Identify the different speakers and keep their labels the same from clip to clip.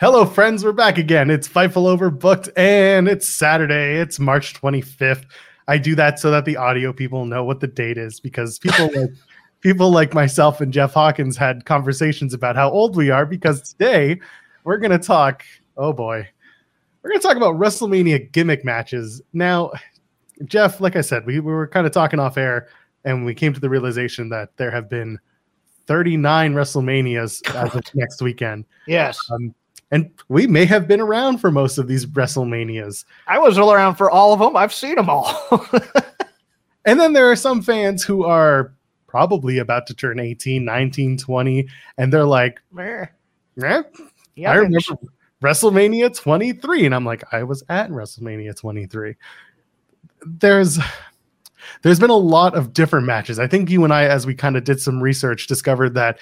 Speaker 1: Hello, friends. We're back again. It's Fightful Overbooked, and it's Saturday. It's March 25th. I do that so that the audio people know what the date is because people like people like myself and Jeff Hawkins had conversations about how old we are because today we're going to talk. Oh boy, we're going to talk about WrestleMania gimmick matches. Now, Jeff, like I said, we, we were kind of talking off air, and we came to the realization that there have been 39 WrestleManias as of next weekend.
Speaker 2: Yes.
Speaker 1: Um, and we may have been around for most of these WrestleManias.
Speaker 2: I was all around for all of them. I've seen them all.
Speaker 1: And then there are some fans who are probably about to turn 18, 19, 20, and they're like,
Speaker 2: Meh.
Speaker 1: eh,
Speaker 2: Yeah,
Speaker 1: I
Speaker 2: but
Speaker 1: remember WrestleMania 23, and I'm like, I was at WrestleMania 23. There's there's been a lot of different matches. I think you and I, as we kind of did some research, discovered that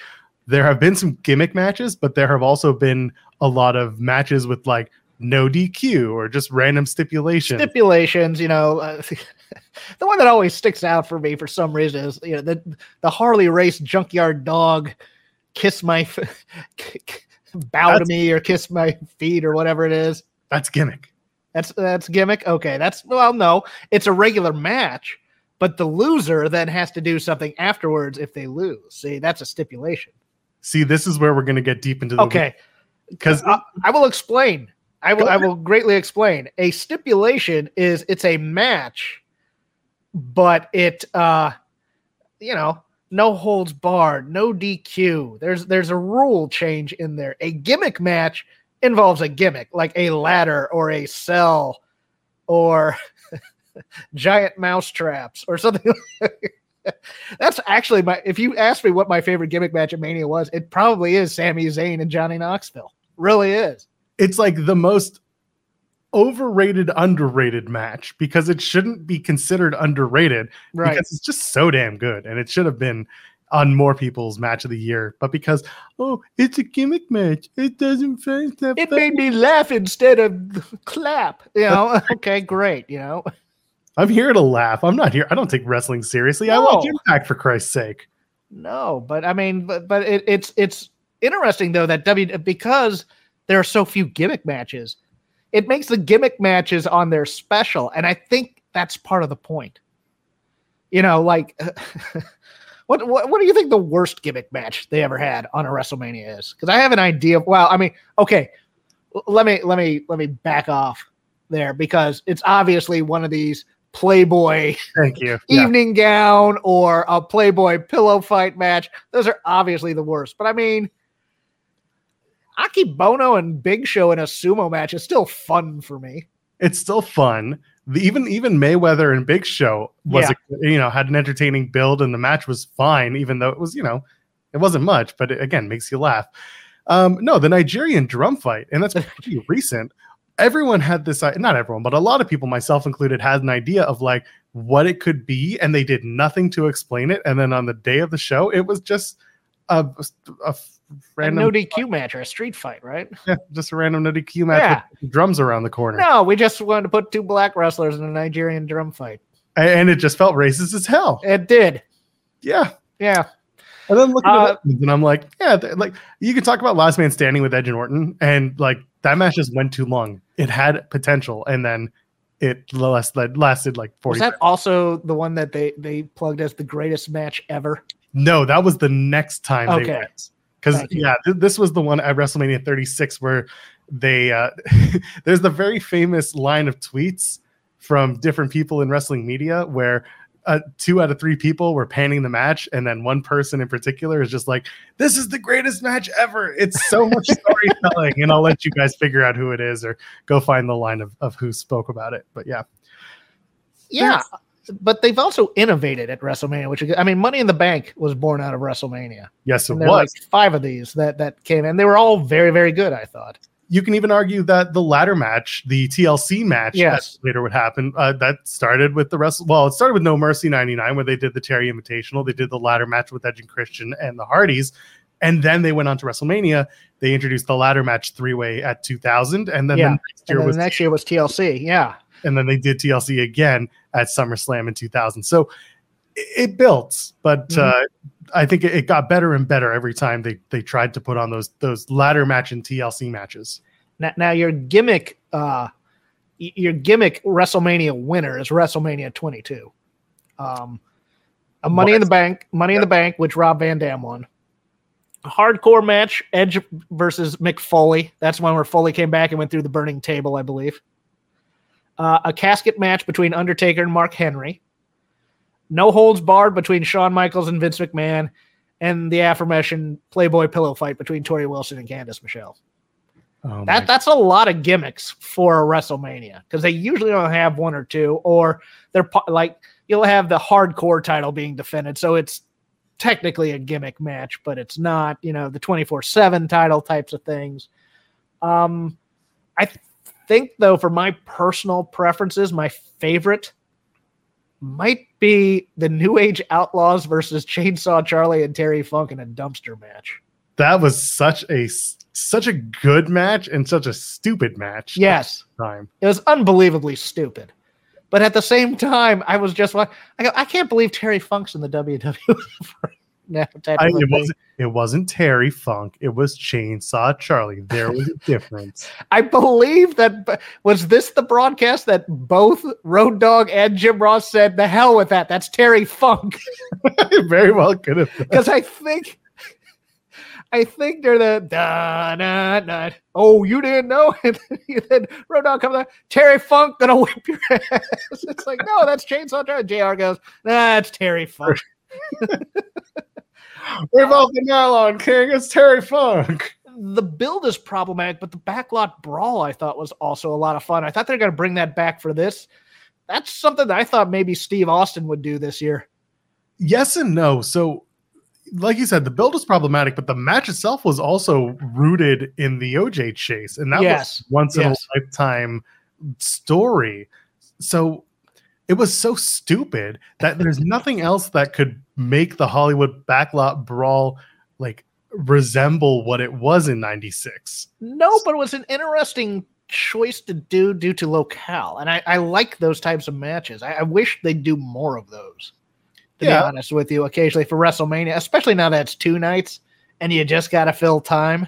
Speaker 1: there have been some gimmick matches, but there have also been a lot of matches with like no DQ or just random stipulation.
Speaker 2: stipulations, you know, uh, the one that always sticks out for me for some reason is you know the the Harley race junkyard dog kiss my f- k- k- bow
Speaker 1: That's-
Speaker 2: to me or kiss my feet or whatever it is.
Speaker 1: That's gimmick.
Speaker 2: That's that's gimmick. Okay, that's well, no, it's a regular match, but the loser then has to do something afterwards if they lose. See, that's a stipulation.
Speaker 1: See, this is where we're going to get deep into the
Speaker 2: Okay,
Speaker 1: because
Speaker 2: I, I will explain. I will.
Speaker 1: Go
Speaker 2: I will greatly explain. A stipulation is it's a match, but it, uh, you know, no holds barred, no DQ. There's there's a rule change in there. A gimmick match involves a gimmick, like a ladder or a cell, or giant mouse traps or something. That's actually my. If you ask me what my favorite gimmick match at Mania was, it probably is Sami Zayn and Johnny Knoxville really is.
Speaker 1: it's like the most overrated, underrated match because it shouldn't be considered underrated
Speaker 2: Right.
Speaker 1: because it's just so damn good and it should have been on more people's match of the year. But because oh, it's a gimmick match, it doesn't face that.
Speaker 2: it
Speaker 1: fa-
Speaker 2: made me laugh instead of clap. You know, okay, great. You know,
Speaker 1: I'm here to laugh. I'm not here. I don't take wrestling seriously. I watch
Speaker 2: No.
Speaker 1: Impact for Christ's sake.
Speaker 2: no, but I mean, but but it, it's it's interesting though that W because there are so few gimmick matches, it makes the gimmick matches on their special, and I think that's part of the point. You know, like. What, what, what do you think the worst gimmick match they ever had on a WrestleMania is? Because I have an idea. Of, well, I mean, okay, l- let me let me let me back off there because it's obviously one of these Playboy
Speaker 1: Thank you. Yeah.
Speaker 2: evening gown or a Playboy pillow fight match. Those are obviously the worst. But I mean, Aki Bono and Big Show in a sumo match is still fun for me.
Speaker 1: It's still fun. The, even even Mayweather and Big Show was
Speaker 2: Yeah.
Speaker 1: a- you know had an entertaining build and the match was fine, even though it was you know it wasn't much, but it, again makes you laugh. Um, no, the Nigerian drum fight, and that's pretty recent. Everyone had this, i- not everyone, but a lot of people, myself included, had an idea of like what it could be, and they did nothing to explain it. And then on the day of the show, it was just a, a f-
Speaker 2: A
Speaker 1: random,
Speaker 2: no DQ match or a street fight, right?
Speaker 1: yeah, just a random nitty Q match with drums around the corner.
Speaker 2: No, we just wanted to put two black wrestlers in a Nigerian drum fight.
Speaker 1: A- and it just felt racist as hell.
Speaker 2: It did.
Speaker 1: Yeah.
Speaker 2: Yeah.
Speaker 1: And then looking
Speaker 2: Uh,
Speaker 1: at it, and I'm like, yeah, th- like you can talk about Last Man Standing with Edge and Orton, and like that match just went too long. It had potential, and then it last, like, lasted like 40.
Speaker 2: Was that also the one that they they plugged as the greatest match ever?
Speaker 1: no, that was the next time they
Speaker 2: Okay.
Speaker 1: went. Because
Speaker 2: Thank you.
Speaker 1: yeah, th- this was the one at WrestleMania 36 where they uh, there's the very famous line of tweets from different people in wrestling media where uh, two out of three people were panning the match, and then one person in particular is just like, "This is the greatest match ever! It's so much storytelling." and I'll let you guys figure out who it is or go find the line of, of who spoke about it. But yeah,
Speaker 2: Yeah. But they've also innovated at WrestleMania, which is- I mean, Money in the Bank was born out of WrestleMania.
Speaker 1: yes, it
Speaker 2: And
Speaker 1: was.
Speaker 2: there were like five of these that that came in. They were all very, very good. I thought.
Speaker 1: you can even argue that the latter match, the TLC match, that
Speaker 2: Yes.
Speaker 1: later would happen. Uh, that started with the wrestle. Well, it started with No Mercy '99, where they did the Terry Invitational. They did the latter match with Edge and Christian and the Hardys, and then they went on to WrestleMania. They introduced the latter match three way at 2000, and then
Speaker 2: Yeah.
Speaker 1: the next
Speaker 2: And
Speaker 1: year
Speaker 2: then
Speaker 1: was
Speaker 2: the next year was TLC. Yeah,
Speaker 1: and then they did TLC again at SummerSlam in 2000. So it, it built, but
Speaker 2: Mhm.
Speaker 1: uh, I think it, it got better and better every time they they tried to put on those those ladder match and TLC matches.
Speaker 2: Now, now your gimmick, uh, y- your gimmick WrestleMania winner is WrestleMania 22. Um, a Money in the Bank, Money in the Bank, which Rob Van Dam won. A hardcore match, Edge versus Mick Foley. That's one where Foley came back and went through the burning table, I believe. Uh, a casket match between Undertaker and Mark Henry. No holds barred between Shawn Michaels and Vince McMahon, and the aforementioned Playboy pillow fight between Tori Wilson and Candice Michelle.
Speaker 1: Oh
Speaker 2: That that's a lot of gimmicks for a WrestleMania because they usually don't have one or two, or they're po- like you'll have the hardcore title being defended, so it's technically a gimmick match, but it's not. You know the twenty four seven title types of things. Um, I th- think though, for my personal preferences, my favorite might be the New Age Outlaws versus Chainsaw Charlie and Terry Funk in a dumpster match.
Speaker 1: that was such a s- such a good match and such a stupid match. at
Speaker 2: Yes.
Speaker 1: the time.
Speaker 2: It was unbelievably stupid. But at the same time, I was just like, I go, I can't believe Terry Funk's in the WWE. now,
Speaker 1: I,
Speaker 2: technically.
Speaker 1: it wasn't it wasn't Terry Funk. It was Chainsaw Charlie. There was a difference.
Speaker 2: I believe that b- was this the broadcast that both Road Dog and Jim Ross said, "The hell with that. That's Terry Funk."
Speaker 1: it very well could have. been.
Speaker 2: Because I think, I think they're the da na na. Oh, you didn't know? And then Road Dog comes out, Terry Funk gonna whip your ass. It's like, no, that's Chainsaw Charlie. Jr. goes, nah, it's Terry Funk.
Speaker 1: We've opened Nylon King. It's Terry Funk.
Speaker 2: the build is problematic, but the backlot brawl I thought was also a lot of fun. I thought they're going to bring that back for this. That's something that I thought maybe Steve Austin would do this year.
Speaker 1: Yes and no. So, like you said, the build was problematic, but the match itself was also rooted in the OJ chase, and that was
Speaker 2: Yes.
Speaker 1: once
Speaker 2: Yes.
Speaker 1: in a lifetime story. So. It was so stupid that there's nothing else that could make the Hollywood backlot brawl like resemble what it was in 96.
Speaker 2: No, but it was an interesting choice to do due to locale, and I, I like those types of matches. I, I wish they'd do more of those. To
Speaker 1: Yeah.
Speaker 2: be honest with you, occasionally for WrestleMania, especially now that it's two nights and you just got to fill time.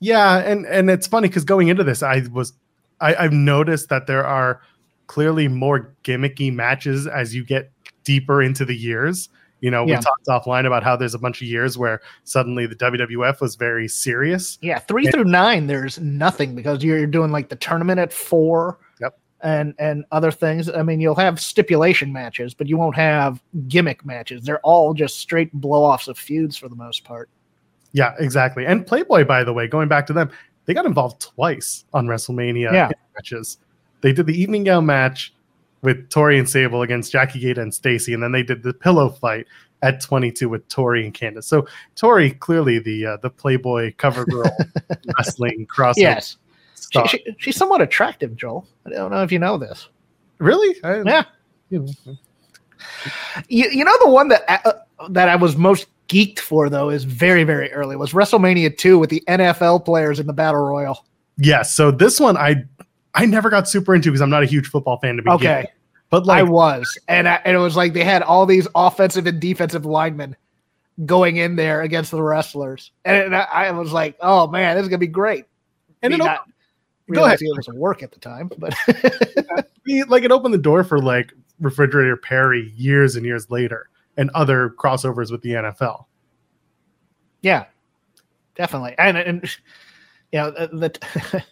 Speaker 1: Yeah, and and it's funny because going into this, I was I, I've noticed that there are clearly more gimmicky matches as you get deeper into the years. You know,
Speaker 2: Yeah.
Speaker 1: we talked offline about how there's a bunch of years where suddenly the WWF was very serious.
Speaker 2: Yeah, three
Speaker 1: Yeah.
Speaker 2: through nine, there's nothing because you're doing like the tournament at four.
Speaker 1: Yep.
Speaker 2: And and other things. I mean, you'll have stipulation matches, but you won't have gimmick matches. They're all just straight blow-offs of feuds for the most part.
Speaker 1: Yeah, exactly. And Playboy, by the way, going back to them, they got involved twice on WrestleMania
Speaker 2: Yeah.
Speaker 1: matches. They did the evening gown match with Tori and Sable against Jackie Gata and Stacy, and then they did the pillow fight at 22 with Tori and Candace. So Tori, clearly the uh, the Playboy cover girl wrestling crossover
Speaker 2: yes. She,
Speaker 1: star.
Speaker 2: she, she's somewhat attractive, Joel. I don't know if you know this.
Speaker 1: really? I-
Speaker 2: Yeah.
Speaker 1: you know.
Speaker 2: You, you know the one that I, uh, that I was most geeked for though is very very early was WrestleMania 2 with the NFL players in the Battle Royal.
Speaker 1: Yeah. So this one I I never got super into because I'm not a huge football fan to begin.
Speaker 2: Okay.
Speaker 1: with. But like
Speaker 2: I was, and I, and it was like they had all these offensive and defensive linemen going in there against the wrestlers, and, it- and I, I was like, "Oh man, this is gonna be great."
Speaker 1: and it
Speaker 2: Me
Speaker 1: al-
Speaker 2: not
Speaker 1: Go ahead.
Speaker 2: realizing It was work at the time, but
Speaker 1: be- like it opened the door for like refrigerator Perry years and years later and other crossovers with the NFL.
Speaker 2: yeah, definitely. And and you know the, the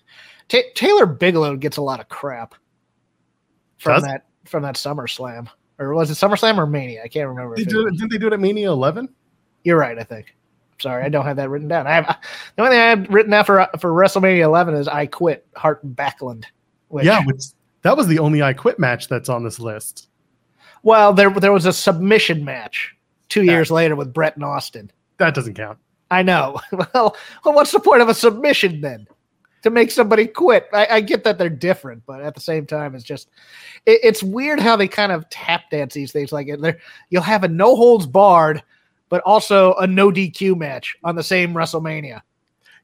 Speaker 2: Ta- Taylor Bigelow gets a lot of crap from
Speaker 1: Does?
Speaker 2: that from that SummerSlam, or was it SummerSlam or Mania? I can't remember.
Speaker 1: They
Speaker 2: if it
Speaker 1: did,
Speaker 2: was-
Speaker 1: didn't they do it at Mania 11?
Speaker 2: You're right. I think. Sorry, I don't have that written down. I have the only thing I have written down for uh, for WrestleMania 11 is I quit Hart Backlund. Which,
Speaker 1: Yeah, which that was the only I Quit match that's on this list.
Speaker 2: Well, there there was a submission match two years later with Brett and Austin.
Speaker 1: That doesn't count.
Speaker 2: I know. Well, well, what's the point of a submission then? To make somebody quit. I, I get that they're different, but at the same time, it's just it, it's weird how they kind of tap dance these things. Like they're- you'll have a no holds barred, but also a no DQ match on the same WrestleMania.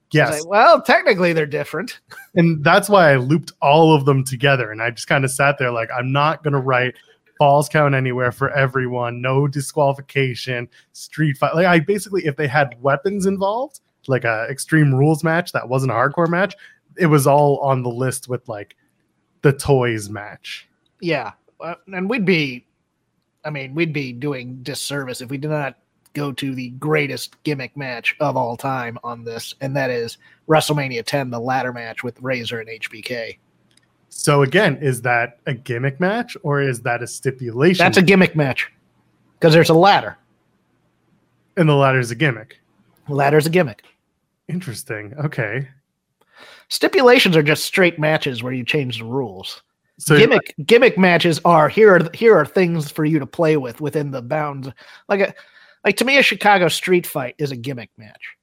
Speaker 2: It's
Speaker 1: Yes.
Speaker 2: like, well, technically they're different.
Speaker 1: and that's why I looped all of them together. And I just kind of sat there like, I'm not going to write falls count anywhere for everyone, no disqualification, street fight. Like, I basically, if they had weapons involved, like a extreme rules match that wasn't a hardcore match, it was all on the list with like the toys match.
Speaker 2: Yeah, uh, and we'd be, I mean, we'd be doing disservice if we did not go to the greatest gimmick match of all time on this, and that is WrestleMania 10, the ladder match with Razor and HBK.
Speaker 1: So again, is that a gimmick match or is that a stipulation?
Speaker 2: That's a gimmick match because there's a ladder.
Speaker 1: and the latter is a gimmick.
Speaker 2: Ladder's a gimmick.
Speaker 1: Interesting. Okay.
Speaker 2: Stipulations are just straight matches where you change the rules.
Speaker 1: So
Speaker 2: gimmick gimmick matches are here are here are things for you to play with within the bounds. Like a like to me, a Chicago street fight is a gimmick match.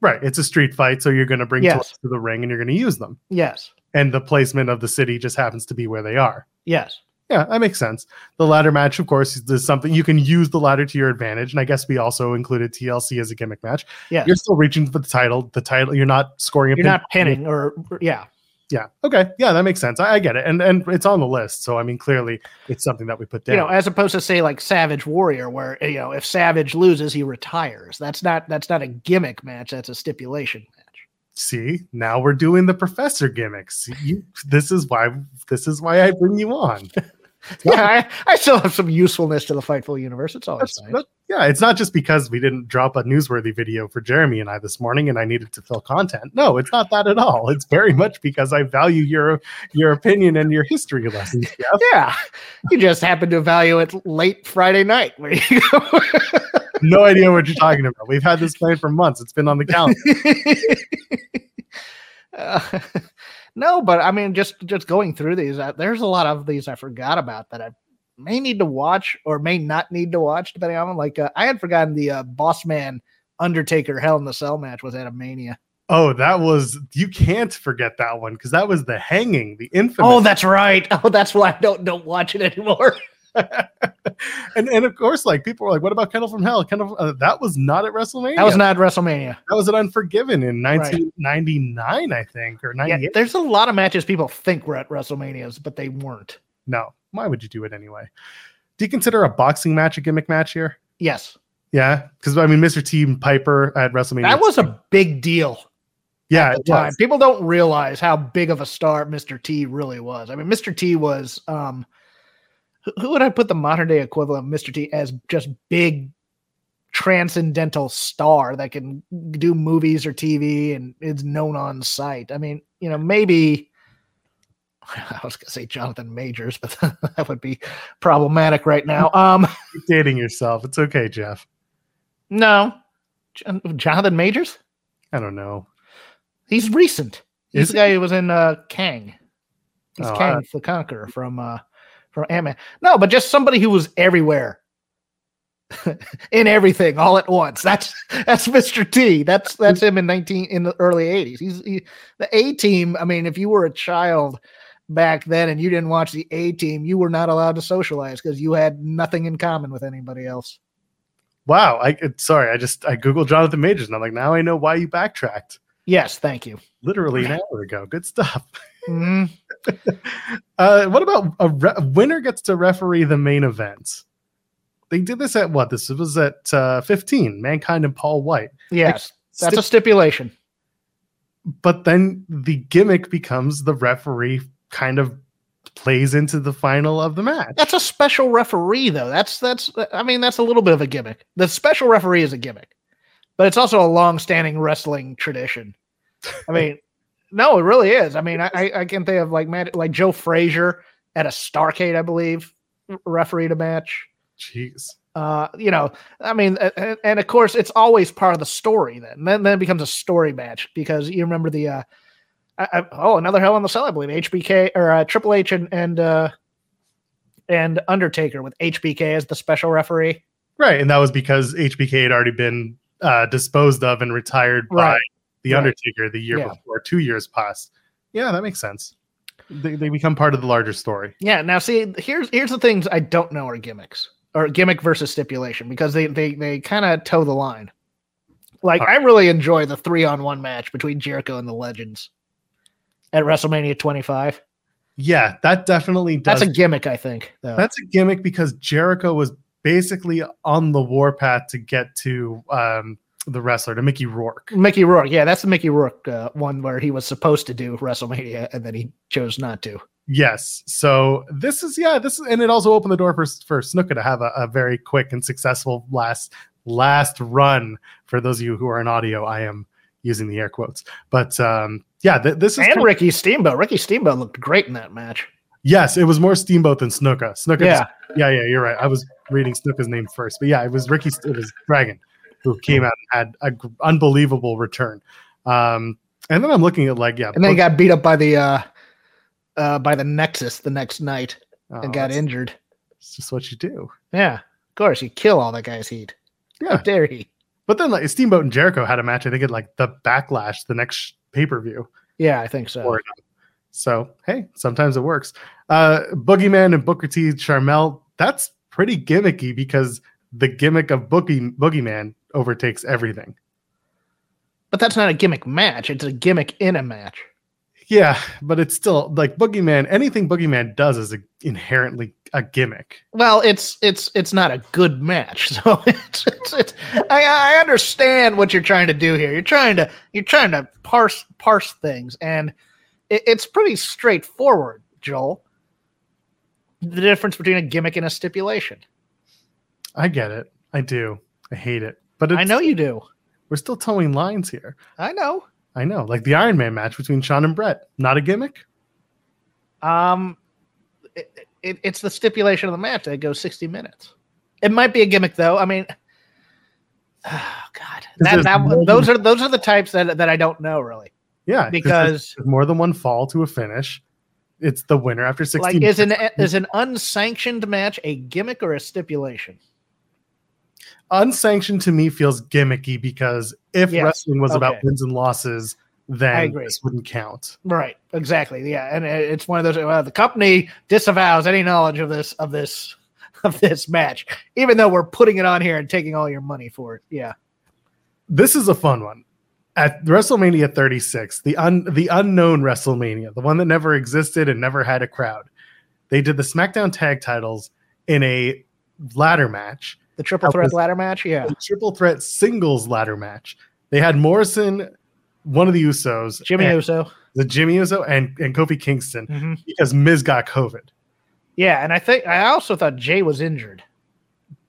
Speaker 1: right, it's a street fight, so you're going to bring
Speaker 2: Yes.
Speaker 1: toys to the ring and you're going to use them.
Speaker 2: Yes,
Speaker 1: And the placement of the city just happens to be where they are.
Speaker 2: yes,
Speaker 1: Yeah, that makes sense. The ladder match, of course, is something you can use the ladder to your advantage. And I guess we also included TLC as a gimmick match.
Speaker 2: yes.
Speaker 1: You're still reaching for the title. The title, you're not scoring a
Speaker 2: You're
Speaker 1: pin.
Speaker 2: not pinning or or- yeah,
Speaker 1: Yeah. Okay. Yeah, that makes sense. I, I get it. And and it's on the list. So I mean clearly it's something that we put down.
Speaker 2: you know, as opposed to say like Savage Warrior, where you know if Savage loses, he retires. That's not that's not a gimmick match. That's a stipulation match.
Speaker 1: See, now we're doing the professor gimmicks. You, this is why this is why I bring you on.
Speaker 2: Yeah, I, I still have some usefulness to the Fightful universe. It's always
Speaker 1: That's-
Speaker 2: nice.
Speaker 1: that- yeah, it's not just because we didn't drop a newsworthy video for Jeremy and I this morning, and I needed to fill content. No, it's not that at all. It's very much because I value your your opinion and your history lessons. Jeff.
Speaker 2: yeah, you just happened to value it late Friday night. Where you go.
Speaker 1: no idea what you're talking about. We've had this planned for months. It's been on the calendar.
Speaker 2: Uh, no, but I mean, just just going through these, uh, there's a lot of these I forgot about that I may need to watch or may not need to watch, depending on like uh, I had forgotten the uh, Boss Man Undertaker Hell in the Cell match was at a Mania.
Speaker 1: Oh, that was you can't forget that one because that was the hanging, the infamous.
Speaker 2: Oh, that's right. Oh, that's why I don't don't watch it anymore.
Speaker 1: and and of course, like people were like, "What about Kendall from Hell?" Kendall, uh, that was not at WrestleMania.
Speaker 2: That was not WrestleMania.
Speaker 1: That was at Unforgiven in
Speaker 2: Right.
Speaker 1: 1999, I think, or
Speaker 2: Yeah,
Speaker 1: 98.
Speaker 2: there's a lot of matches people think were at WrestleManias, but they weren't.
Speaker 1: No, why would you do it anyway? Do you consider a boxing match a gimmick match here?
Speaker 2: Yes,
Speaker 1: Yeah, because I mean, Mr. T and Piper at WrestleMania.
Speaker 2: that was a big deal
Speaker 1: yeah,
Speaker 2: the
Speaker 1: it
Speaker 2: time.
Speaker 1: was.
Speaker 2: People don't realize how big of a star Mr. T really was. I mean, Mr. T was um who, who would I put the modern day equivalent of Mr. T as just big transcendental star that can do movies or TV and is known on site. I mean, you know, maybe I was gonna say Jonathan Majors, but that would be problematic right now. Um
Speaker 1: Keep dating yourself. It's okay, Jeff.
Speaker 2: no. Jon- Jonathan Majors?
Speaker 1: I don't know.
Speaker 2: He's recent.
Speaker 1: Is
Speaker 2: He's the guy who was in uh, Kang. He's
Speaker 1: Oh,
Speaker 2: Kang the Conqueror from uh, from Ant Man. No, but just somebody who was everywhere, in everything, all at once. That's that's Mr. T. That's that's him in nineteen in the early eighties. He's he, the A Team. I mean, if you were a child back then and you didn't watch the A Team, you were not allowed to socialize because you had nothing in common with anybody else.
Speaker 1: Wow. I it- sorry. I just I googled Jonathan Majors and I'm like, now I know why you backtracked.
Speaker 2: Yes, thank you.
Speaker 1: Literally an hour ago. Good stuff.
Speaker 2: Mhm.
Speaker 1: Uh, what about a re- a winner gets to referee the main event? They did this at what? This was at uh, 15. Mankind and Paul White.
Speaker 2: Yes, that's a stipulation.
Speaker 1: but then the gimmick becomes the referee kind of plays into the final of the match.
Speaker 2: That's a special referee, though. That's that's. I mean, that's a little bit of a gimmick. The special referee is a gimmick, but it's also a long-standing wrestling tradition. I mean, no, it really is. I mean, I, I I can think of like Matt, like Joe Frazier at a Starcade, I believe, refereed a match.
Speaker 1: Jeez.
Speaker 2: Uh, you know, I mean, a- a- and of course, it's always part of the story. Then, then, then it becomes a story match because you remember the, uh, I, I, oh, another Hell in the Cell, I believe, HBK or uh, Triple H and and uh, and Undertaker with HBK as the special referee.
Speaker 1: Right. And that was because HBK had already been uh, disposed of and retired by
Speaker 2: Right.
Speaker 1: The
Speaker 2: Right.
Speaker 1: Undertaker the year
Speaker 2: Yeah.
Speaker 1: before, two years past. Yeah, that makes sense. They, they become part of the larger story.
Speaker 2: Yeah. Now, see, here's here's the things I don't know are gimmicks or gimmick versus stipulation because they they they kind of toe the line. Like, I really enjoy the three on one match between Jericho and the Legends at WrestleMania 25.
Speaker 1: Yeah, that definitely does.
Speaker 2: That's a gimmick, I think. Though.
Speaker 1: That's a gimmick because Jericho was basically on the warpath to get to um, the wrestler, to Mickey Rourke.
Speaker 2: Mickey Rourke. Yeah, that's the Mickey Rourke uh, one where he was supposed to do WrestleMania and then he chose not to.
Speaker 1: Yes. So this is yeah, this is, and it also opened the door for for Snuka to have a, a very quick and successful last last run. For those of you who are in audio, I am using the air quotes. But um yeah, th- this is
Speaker 2: And Ricky Steamboat. Ricky Steamboat looked great in that match.
Speaker 1: yes, it was more Steamboat than Snuka. Snuka
Speaker 2: Yeah.
Speaker 1: yeah, yeah, you're right. I was reading Snuka's name first, but yeah, it was Ricky. It was Dragon who came out and had an unbelievable return. Um, and then I'm looking at like yeah,
Speaker 2: And then he got beat up by the uh uh by the Nexus the next night
Speaker 1: book-
Speaker 2: and
Speaker 1: oh,
Speaker 2: got
Speaker 1: that's-
Speaker 2: injured.
Speaker 1: It's just what you do.
Speaker 2: Yeah. Of course, you kill all that guy's heat.
Speaker 1: Yeah.
Speaker 2: How dare he?
Speaker 1: But then like Steamboat and Jericho had a match. I think at like the Backlash, the next pay per view.
Speaker 2: Yeah, I think so.
Speaker 1: Or- So hey, sometimes it works. Uh, Boogeyman and Booker T. Charmel. That's pretty gimmicky because the gimmick of Boogie Boogeyman overtakes everything.
Speaker 2: But that's not a gimmick match. It's a gimmick in a match.
Speaker 1: Yeah, but it's still like Boogeyman. Anything Boogeyman does is a, inherently a gimmick.
Speaker 2: Well, it's it's it's not a good match. So it's it's, it's I, I understand what you're trying to do here. You're trying to you're trying to parse parse things, and it, it's pretty straightforward, Joel. The difference between a gimmick and a stipulation.
Speaker 1: I get it. I do. I hate it. But it's,
Speaker 2: I know you do.
Speaker 1: we're still towing lines here.
Speaker 2: I know.
Speaker 1: I know, like the Iron Man match between Sean and Brett. Not a gimmick.
Speaker 2: Um, it, it, it's the stipulation of the match that goes 60 minutes. It might be a gimmick though. I mean, oh god, that,
Speaker 1: there's
Speaker 2: that
Speaker 1: no-
Speaker 2: those are those are the types that that I don't know really
Speaker 1: Yeah, 'cause there's-
Speaker 2: because
Speaker 1: there's more than one fall to a finish. It's the winner after sixteen.
Speaker 2: like is an is an unsanctioned match a gimmick or a stipulation?
Speaker 1: unsanctioned to me feels gimmicky because if
Speaker 2: Yes,
Speaker 1: wrestling was about
Speaker 2: okay.
Speaker 1: wins and losses,
Speaker 2: I
Speaker 1: then
Speaker 2: agree.
Speaker 1: this wouldn't count.
Speaker 2: Right, exactly. Yeah, and it- it's one of those. Well, the company disavows any knowledge of this of this of this match, even though we're putting it on here and taking all your money for it. Yeah.
Speaker 1: This is a fun one. At WrestleMania 36, the un, the unknown WrestleMania, the one that never existed and never had a crowd, they did the SmackDown Tag Titles in a ladder match
Speaker 2: The triple
Speaker 1: That
Speaker 2: threat
Speaker 1: was-
Speaker 2: ladder match, yeah.
Speaker 1: a triple threat singles ladder match. They had Morrison, one of the Usos,
Speaker 2: Jimmy
Speaker 1: and-
Speaker 2: Uso,
Speaker 1: the Jimmy Uso, and, and Kofi Kingston
Speaker 2: hmm
Speaker 1: because Miz got COVID.
Speaker 2: yeah. And I think I also thought Jay was injured.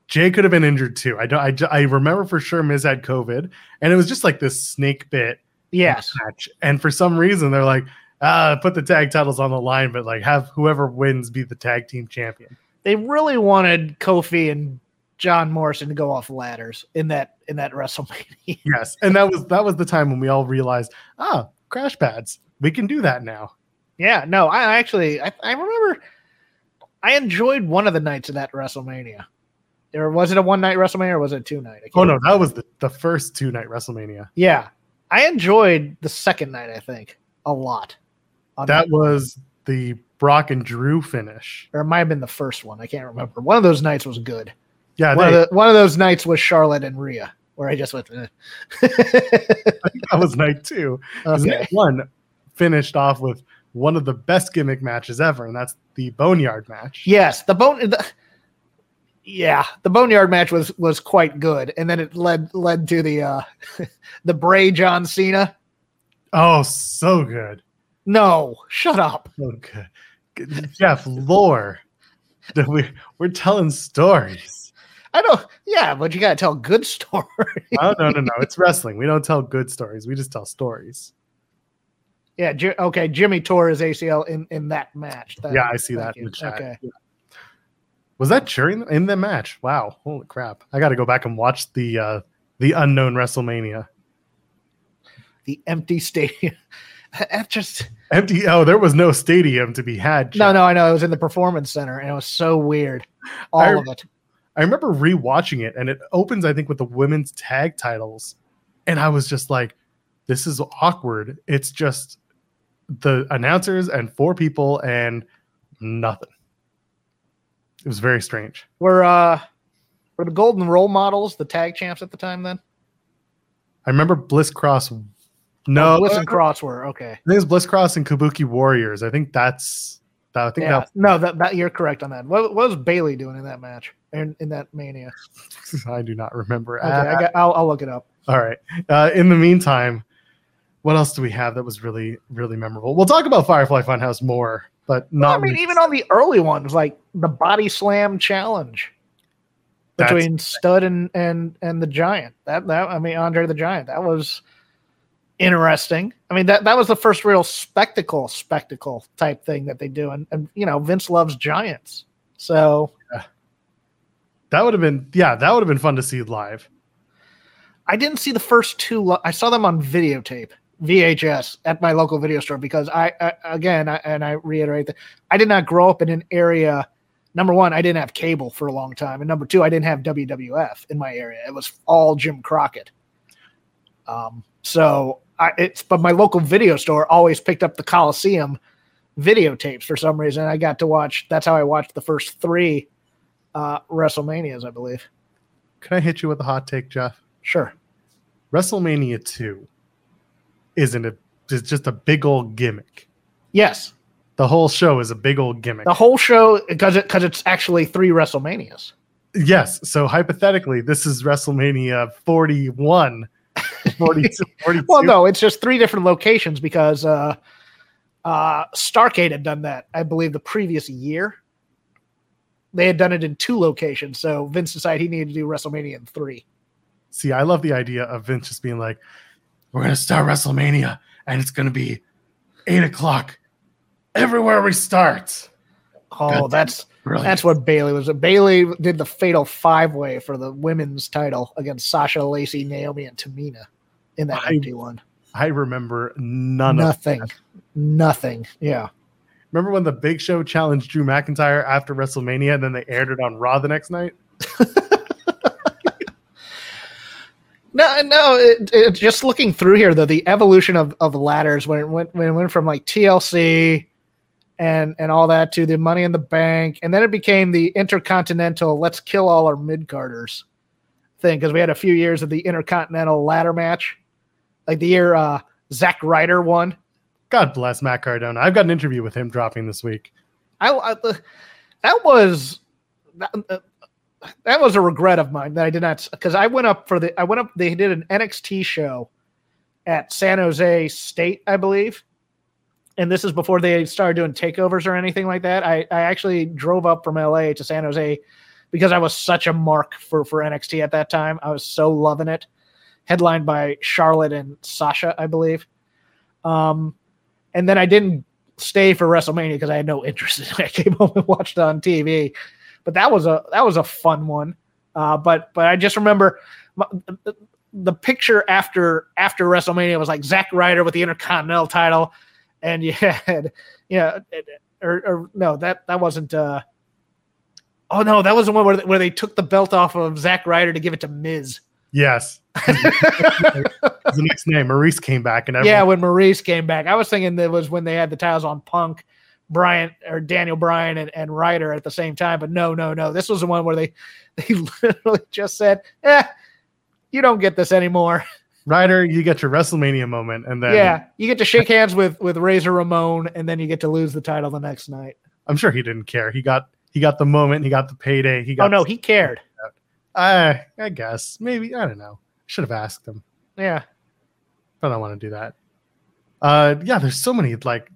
Speaker 1: Jay could have been injured too. I don't. I, ju- I remember for sure Miz had COVID, and it was just like this snake bit
Speaker 2: Yes,
Speaker 1: match. And for some reason, they're like, ah, put the tag titles on the line, but like have whoever wins be the tag team champion.
Speaker 2: they really wanted Kofi and John Morrison to go off ladders in that in that WrestleMania.
Speaker 1: Yes, and that was that was the time when we all realized, ah, crash pads, we can do that now.
Speaker 2: yeah, no, I actually I, I remember I enjoyed one of the nights of that WrestleMania. Or was it a one night WrestleMania or was it a two night? I can't
Speaker 1: Oh no,
Speaker 2: remember.
Speaker 1: that was the, the first two night WrestleMania.
Speaker 2: Yeah. I enjoyed the second night, I think, a lot. On
Speaker 1: That was the Brock and Drew finish.
Speaker 2: or it might have been the first one. I can't remember. One of those nights was good.
Speaker 1: Yeah,
Speaker 2: one,
Speaker 1: they-
Speaker 2: of the, one of those nights was Charlotte and Rhea, where I just went, eh.
Speaker 1: that was night two. 'Cause
Speaker 2: okay.
Speaker 1: night One finished off with one of the best gimmick matches ever, and that's the Boneyard match.
Speaker 2: Yes, the bone. The, yeah, the boneyard match was was quite good, and then it led led to the uh the Bray John Cena.
Speaker 1: Oh, so good.
Speaker 2: No, shut up.
Speaker 1: So good. Good- Jeff, lore. That We, we're telling stories.
Speaker 2: I don't. Yeah, but you gotta tell good story.
Speaker 1: Oh, no, no, no. It's wrestling. We don't tell good stories. We just tell stories.
Speaker 2: yeah. Ji- okay, Jimmy tore his ACL in in that match. That-
Speaker 1: yeah, I see
Speaker 2: thank
Speaker 1: that in
Speaker 2: you.
Speaker 1: the chat.
Speaker 2: Okay.
Speaker 1: Yeah. Was that during in the match? Wow. Holy crap. I got to go back and watch the uh, the unknown WrestleMania.
Speaker 2: The empty stadium. That just
Speaker 1: Empty. Oh, there was no stadium to be had.
Speaker 2: no,
Speaker 1: Jeff.
Speaker 2: no. I know it was in the performance center, and it was so weird. All
Speaker 1: I-
Speaker 2: of it.
Speaker 1: I remember rewatching it, and it opens, I think, with the women's tag titles, and I was just like, "This is awkward." It's just the announcers and four people and nothing. It was very strange.
Speaker 2: Were uh were the Golden Role Models the tag champs at the time? Then
Speaker 1: I remember Bliss Cross. No, Uh,
Speaker 2: Bliss
Speaker 1: I
Speaker 2: and Cross were okay.
Speaker 1: think it's Bliss Cross and Kabuki Warriors. I think that's that. I think
Speaker 2: Yeah.
Speaker 1: that
Speaker 2: no, that, that you're correct on that. What, what was Bailey doing in that match in, in that mania?
Speaker 1: I do not remember.
Speaker 2: Okay,
Speaker 1: at
Speaker 2: Uh, I got, I'll, I'll look it up.
Speaker 1: All right. Uh, in the meantime, what else do we have that was really, really memorable? We'll talk about Firefly Funhouse more, but
Speaker 2: Well, I
Speaker 1: not.
Speaker 2: mean, even on the early ones, like the body slam challenge
Speaker 1: That's-
Speaker 2: between Stud and and and the Giant. That that I mean, Andre the Giant. That was interesting. I mean, that that was the first real spectacle spectacle type thing that they do, and, and you know, Vince loves giants, so
Speaker 1: that would have been, yeah, that would have been fun to see live.
Speaker 2: I didn't see the first two. Lo- I saw them on videotape, VHS, at my local video store because I, I again, I, and I reiterate that I did not grow up in an area. Number one, I didn't have cable for a long time, and number two, I didn't have WWF in my area. It was all Jim Crockett. Um, so I, it's but my local video store always picked up the Coliseum videotapes for some reason. I got to watch. That's how I watched the first three uh, WrestleManias, I believe.
Speaker 1: Can I hit you with a hot take, Jeff?
Speaker 2: Sure.
Speaker 1: WrestleMania 2 isn't a, is just a big old gimmick.
Speaker 2: Yes.
Speaker 1: The whole show is a big old gimmick.
Speaker 2: The whole show because it because it's actually three WrestleManias.
Speaker 1: Yes. So hypothetically, this is WrestleMania 41, 42, 42.
Speaker 2: Well, no, it's just three different locations because uh, uh, Starcade had done that, I believe, the previous year. They had done it in two locations, so Vince decided he needed to do WrestleMania in three.
Speaker 1: See, I love the idea of Vince just being like, we're going to start WrestleMania and it's going to be eight o'clock everywhere we start.
Speaker 2: Oh,
Speaker 1: God.
Speaker 2: that's
Speaker 1: Really?
Speaker 2: that's what Bailey was. Bailey did the fatal five way for the women's title against Sasha, Lacey, Naomi, and Tamina in that
Speaker 1: I-
Speaker 2: empty one.
Speaker 1: I remember none of
Speaker 2: Nothing, nothing. Yeah.
Speaker 1: Remember when the Big Show challenged Drew McIntyre after WrestleMania and then they aired it on Raw the next night?
Speaker 2: No, no. It, it, just looking through here, though, the evolution of, of ladders when it went when it went from like TLC and and all that to the Money in the Bank, and then it became the Intercontinental. Let's kill all our mid carders thing because we had a few years of the Intercontinental ladder match, like the year uh, Zack Ryder won.
Speaker 1: God bless Matt Cardona. I've got an interview with him dropping this week.
Speaker 2: I, I that was that, uh, that was a regret of mine that I did not because I went up for the I went up they did an NXT show at San Jose State I believe, and this is before they started doing takeovers or anything like that. I I actually drove up from LA to San Jose because I was such a mark for for NXT at that time. I was so loving it, headlined by Charlotte and Sasha I believe, um, and then I didn't stay for WrestleMania because I had no interest in it. I came home and watched it on TV. But that was a that was a fun one. Uh, but but I just remember my, the, the picture after after WrestleMania was like Zack Ryder with the Intercontinental title, and you had yeah or, or no that that wasn't. Uh, oh no, that was the one where they, where they took the belt off of Zack Ryder to give it to Miz.
Speaker 1: Yes. the next name, Maurice came back and everyone
Speaker 2: Yeah, when Maurice came back, I was thinking that was when they had the titles on Punk, Brian or Daniel Bryan and, and Ryder at the same time. But no, no, no. This was the one where they they literally just said, "Eh, you don't get this anymore."
Speaker 1: Ryder, you get your WrestleMania moment, and then
Speaker 2: yeah, you get to shake hands with with Razor Ramon, and then you get to lose the title the next night.
Speaker 1: I'm sure he didn't care. He got he got the moment, he got the payday, he
Speaker 2: Oh
Speaker 1: got
Speaker 2: no, he cared.
Speaker 1: I I guess maybe I don't know. Should have asked him,
Speaker 2: Yeah,
Speaker 1: but I don't want to do that. Uh, yeah, there's so many like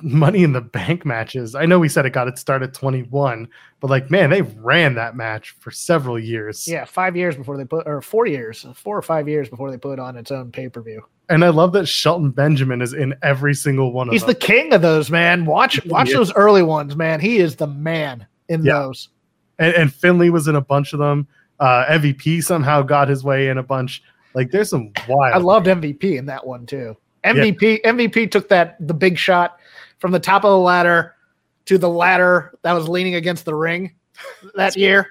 Speaker 1: money in the bank matches. I know we said it got its start at 21, but like man, they ran that match for several years.
Speaker 2: yeah. Five years before they put, or four years, four or five years before they put on its own pay per view.
Speaker 1: and I love that Shelton Benjamin is in every single one of
Speaker 2: He's
Speaker 1: them.
Speaker 2: the king of those, man. Watch watch
Speaker 1: Yeah.
Speaker 2: those early ones, man. He is the man in
Speaker 1: Yeah.
Speaker 2: those.
Speaker 1: and, and Finley was in a bunch of them. Uh, MVP somehow got his way in a bunch. Like there's some wild.
Speaker 2: I loved MVP in that one too. MVP MVP took that the big shot from the top of the ladder to the ladder that was leaning against the ring that year,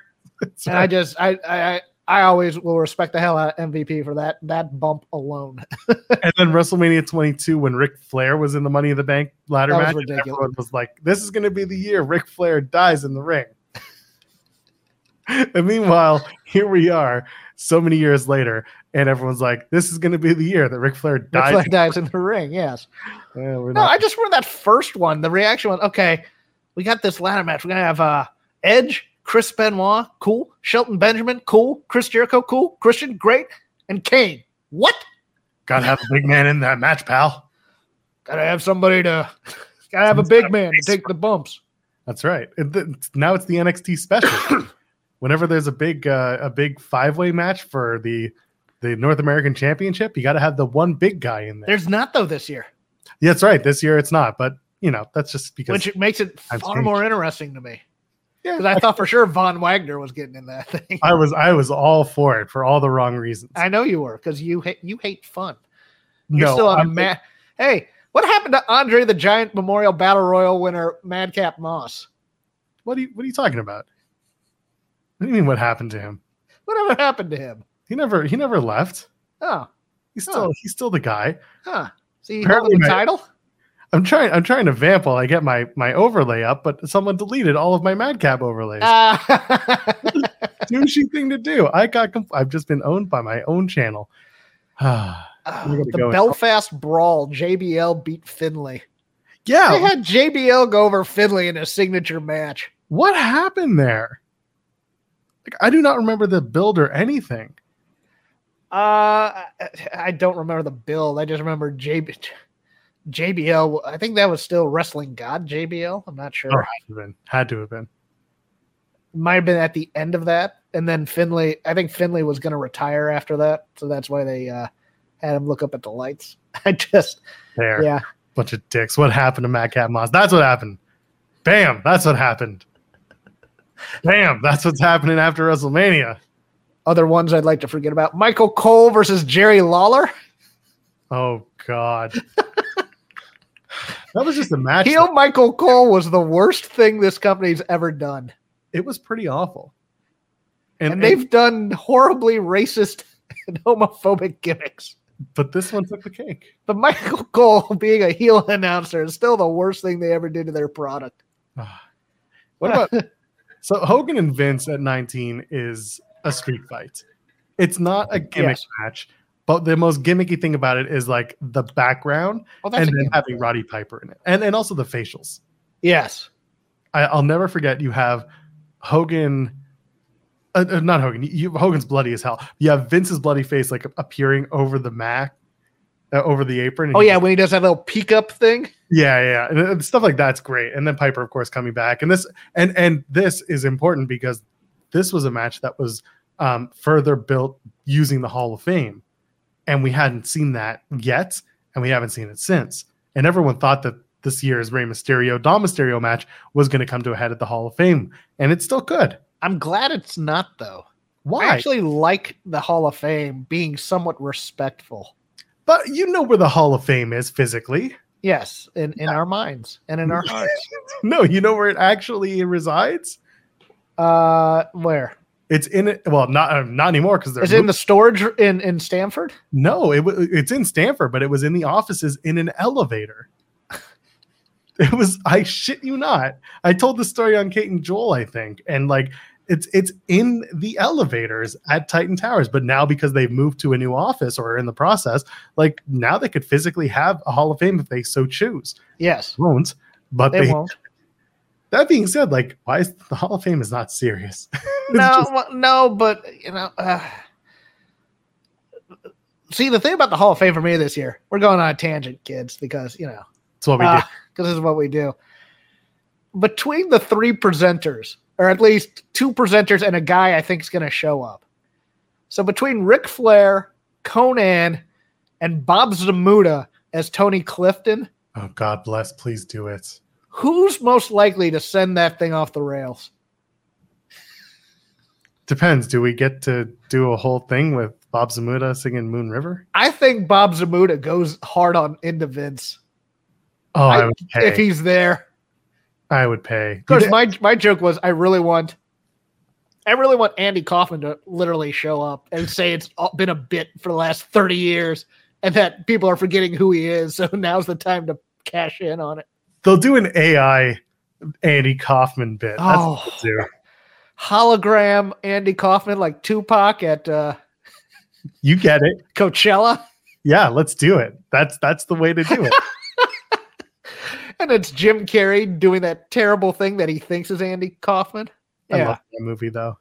Speaker 2: and I just I I I- I always will respect the hell out of MVP for that that bump alone.
Speaker 1: and then WrestleMania 22 when Ric Flair was in the Money in the Bank ladder
Speaker 2: That was
Speaker 1: match, and
Speaker 2: ridiculous.
Speaker 1: everyone was like, "This is going to be the year Ric Flair dies in the ring." and meanwhile, here we are, so many years later, and everyone's like, "This is going to be the year that Ric Flair dies."
Speaker 2: That's like dives in the ring. Yes.
Speaker 1: Yeah, we're
Speaker 2: No,
Speaker 1: not-
Speaker 2: I just remember that first one. The reaction was okay. We got this ladder match. We're gonna have uh, Edge, Chris Benoit, cool. Shelton Benjamin, cool. Chris Jericho, cool. Christian, great. and Kane. What?
Speaker 1: Gotta have a big man in that match, pal.
Speaker 2: Gotta have somebody to. Gotta have a big man to take the bumps.
Speaker 1: That's right. It- it's- now it's the NXT special. Whenever there's a big uh, a big five way match for the the North American Championship, you got to have the one big guy in there.
Speaker 2: There's not though this year,
Speaker 1: Yeah, that's right. This year it's not, but you know that's just because.
Speaker 2: which makes it
Speaker 1: Times
Speaker 2: far
Speaker 1: change.
Speaker 2: more interesting to me.
Speaker 1: Yeah,
Speaker 2: Because I thought for sure Von Wagner was getting in that thing.
Speaker 1: I was I was all for it for all the wrong reasons.
Speaker 2: I know you were because you hate you hate fun. You're
Speaker 1: no,
Speaker 2: still on
Speaker 1: I'm-
Speaker 2: Matt. Hey, what happened to Andre the Giant Memorial Battle Royal winner Madcap Moss?
Speaker 1: what are you what are you talking about? What do you mean? What happened to him?
Speaker 2: Whatever happened to him?
Speaker 1: He never he never left.
Speaker 2: Oh,
Speaker 1: He's still he's still the guy.
Speaker 2: huh. See,
Speaker 1: Apparently
Speaker 2: holding the
Speaker 1: Mad-
Speaker 2: title.
Speaker 1: I'm trying I'm trying to vamp while I get my my overlay up, but someone deleted all of my madcap overlays.
Speaker 2: Ah.
Speaker 1: douchey thing to do. I got. Compl- I've just been owned by my own channel. yeah,
Speaker 2: Ah,
Speaker 1: We gotta
Speaker 2: the
Speaker 1: go and-
Speaker 2: Belfast Brawl. JBL beat Finlay. They
Speaker 1: wh-
Speaker 2: had JBL go over Finlay in a signature match.
Speaker 1: what happened there? Like, I do not remember the build or anything.
Speaker 2: Uh, I- I don't remember the build. I just remember JB, JBL. I think that was still Wrestling God JBL. I'm not sure.
Speaker 1: Oh, had to have been. Had to have been.
Speaker 2: might have been at the end of that and then finley i think finley was going to retire after that so that's why they uh had him look up at the lights i just
Speaker 1: There,
Speaker 2: yeah
Speaker 1: bunch of dicks. What happened to Matt Cat Moss? That's what happened. Bam. That's what happened. Bam. That's what's happening after WrestleMania.
Speaker 2: other ones i'd like to forget about michael cole versus jerry lawler
Speaker 1: Oh God. that was just a match.
Speaker 2: heel
Speaker 1: that-
Speaker 2: michael cole was the worst thing this company's ever done
Speaker 1: It was pretty awful.
Speaker 2: and, they've done horribly racist and homophobic gimmicks
Speaker 1: but this one took the cake.
Speaker 2: but michael cole being a heel announcer is still the worst thing they ever did to their product
Speaker 1: What about so Hogan and Vince at 19 is a street fight. It's not a gimmick
Speaker 2: Yes.
Speaker 1: match, but the most gimmicky thing about it is like the background
Speaker 2: well,
Speaker 1: and
Speaker 2: a
Speaker 1: then
Speaker 2: gimmick.
Speaker 1: having Roddy Piper in it. And and also the facials.
Speaker 2: yes
Speaker 1: I, I'll never forget you have Hogan uh, uh, not Hogan. You, Hogan's bloody as hell. You have Vince's bloody face like appearing over the Mac, uh, over the apron. and
Speaker 2: oh
Speaker 1: he
Speaker 2: yeah when he does that little peek up thing
Speaker 1: yeah, yeah, and, and stuff like that's great. And then Piper, of course, coming back, and this and and this is important because this was a match that was um, further built using the Hall of Fame, and we hadn't seen that yet, and we haven't seen it since. And everyone thought that this year's Rey Mysterio Dom Mysterio match was going to come to a head at the Hall of Fame, and it still could.
Speaker 2: I'm glad it's not though.
Speaker 1: Why?
Speaker 2: I actually like the Hall of Fame being somewhat respectful.
Speaker 1: but you know where the Hall of Fame is physically.
Speaker 2: Yes, in, in our minds and in our hearts.
Speaker 1: No, you know where it actually resides.
Speaker 2: Uh, where
Speaker 1: It's in it. Well, not um, not anymore because they're
Speaker 2: is it in the storage r- in in Stanford?
Speaker 1: No, it wa- it's in Stanford, but it was in the offices in an elevator. It was I shit you not. I told the story on Kate and Joel, I think, and like it's it's in the elevators at Titan Towers, but now because they've moved to a new office or are in the process, like now they could physically have a Hall of Fame if they so choose.
Speaker 2: Yes,
Speaker 1: Won't, but
Speaker 2: they
Speaker 1: they,
Speaker 2: won't.
Speaker 1: that being said, like why is the Hall of Fame is not serious? It's
Speaker 2: No,
Speaker 1: just-
Speaker 2: well, no, but you know. Uh, see, the thing about the Hall of Fame for me this year, we're going on a tangent, kids, because you know
Speaker 1: it's what we do.
Speaker 2: because this is what we do. Between the three presenters, or at least two presenters and a guy I think is going to show up. So between Ric Flair, Conan, and Bob Zamuda as Tony Clifton,
Speaker 1: Oh God bless, please do it.
Speaker 2: who's most likely to send that thing off the rails?
Speaker 1: Depends. Do we get to do a whole thing with Bob Zamuda singing Moon River?
Speaker 2: I think Bob Zamuda goes hard on into Vince
Speaker 1: Oh, I,
Speaker 2: I-
Speaker 1: would
Speaker 2: if
Speaker 1: pay.
Speaker 2: he's there.
Speaker 1: I would pay.
Speaker 2: Because my my joke was I really want I really want Andy Kaufman to literally show up and say it's all been a bit for the last 30 years and that people are forgetting who he is. So now's the time to cash in on it.
Speaker 1: They'll do an AI Andy Kaufman bit. That's what
Speaker 2: Oh,
Speaker 1: they'll do.
Speaker 2: hologram Andy Kaufman like Tupac at uh,
Speaker 1: You get it.
Speaker 2: Coachella.
Speaker 1: Yeah, let's do it. That's that's the way to do it.
Speaker 2: And it's Jim Carrey doing that terrible thing that he thinks is Andy Kaufman.
Speaker 1: I
Speaker 2: Yeah.
Speaker 1: love that movie though.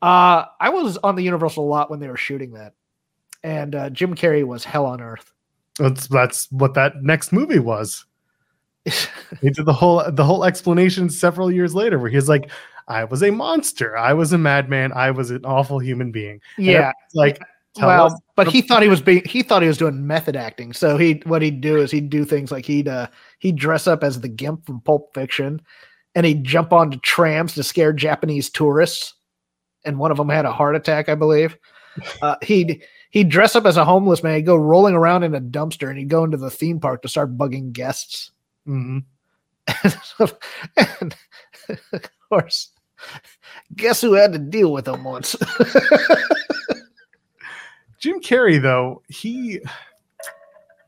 Speaker 2: Uh, I was on the Universal lot when they were shooting that. and uh, Jim Carrey was hell on earth.
Speaker 1: That's that's what that next movie was. they did the whole the whole explanation several years later, where he's like, "I was a monster. I was a madman. I was an awful human being." And
Speaker 2: yeah,
Speaker 1: it's like tell
Speaker 2: well,
Speaker 1: us-
Speaker 2: but he thought he was being he thought he was doing method acting. So he what he'd do is he'd do things like he'd uh, he'd dress up as the gimp from Pulp Fiction, and he'd jump onto trams to scare Japanese tourists, and one of them had a heart attack, I believe. Uh, he'd he'd dress up as a homeless man, he'd go rolling around in a dumpster, and he'd go into the theme park to start bugging guests.
Speaker 1: Mhm.
Speaker 2: and of course, guess who had to deal with him once?
Speaker 1: Jim Carrey though he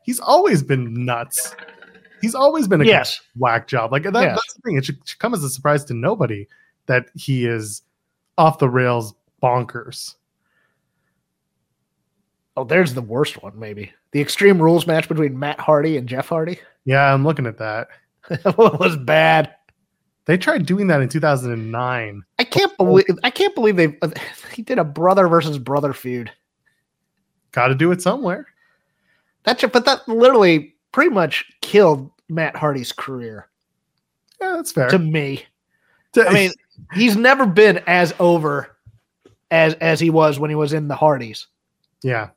Speaker 1: he's always been nuts. He's always been a
Speaker 2: yes,
Speaker 1: whack job. Like that,
Speaker 2: Yes.
Speaker 1: that's the thing. It should, should come as a surprise to nobody that he is off the rails bonkers.
Speaker 2: Oh, there's the worst one, maybe. The Extreme Rules match between Matt Hardy and Jeff Hardy.
Speaker 1: Yeah, I'm looking at that.
Speaker 2: That one was bad.
Speaker 1: They tried doing that in 2009.
Speaker 2: I can't believe I can't believe they uh, he did a brother versus brother feud.
Speaker 1: Got to do it somewhere.
Speaker 2: That ju- but that literally pretty much killed Matt Hardy's career
Speaker 1: Yeah, that's fair.
Speaker 2: to me. I mean, he's never been as over as as he was when he was in the Hardys
Speaker 1: yeah,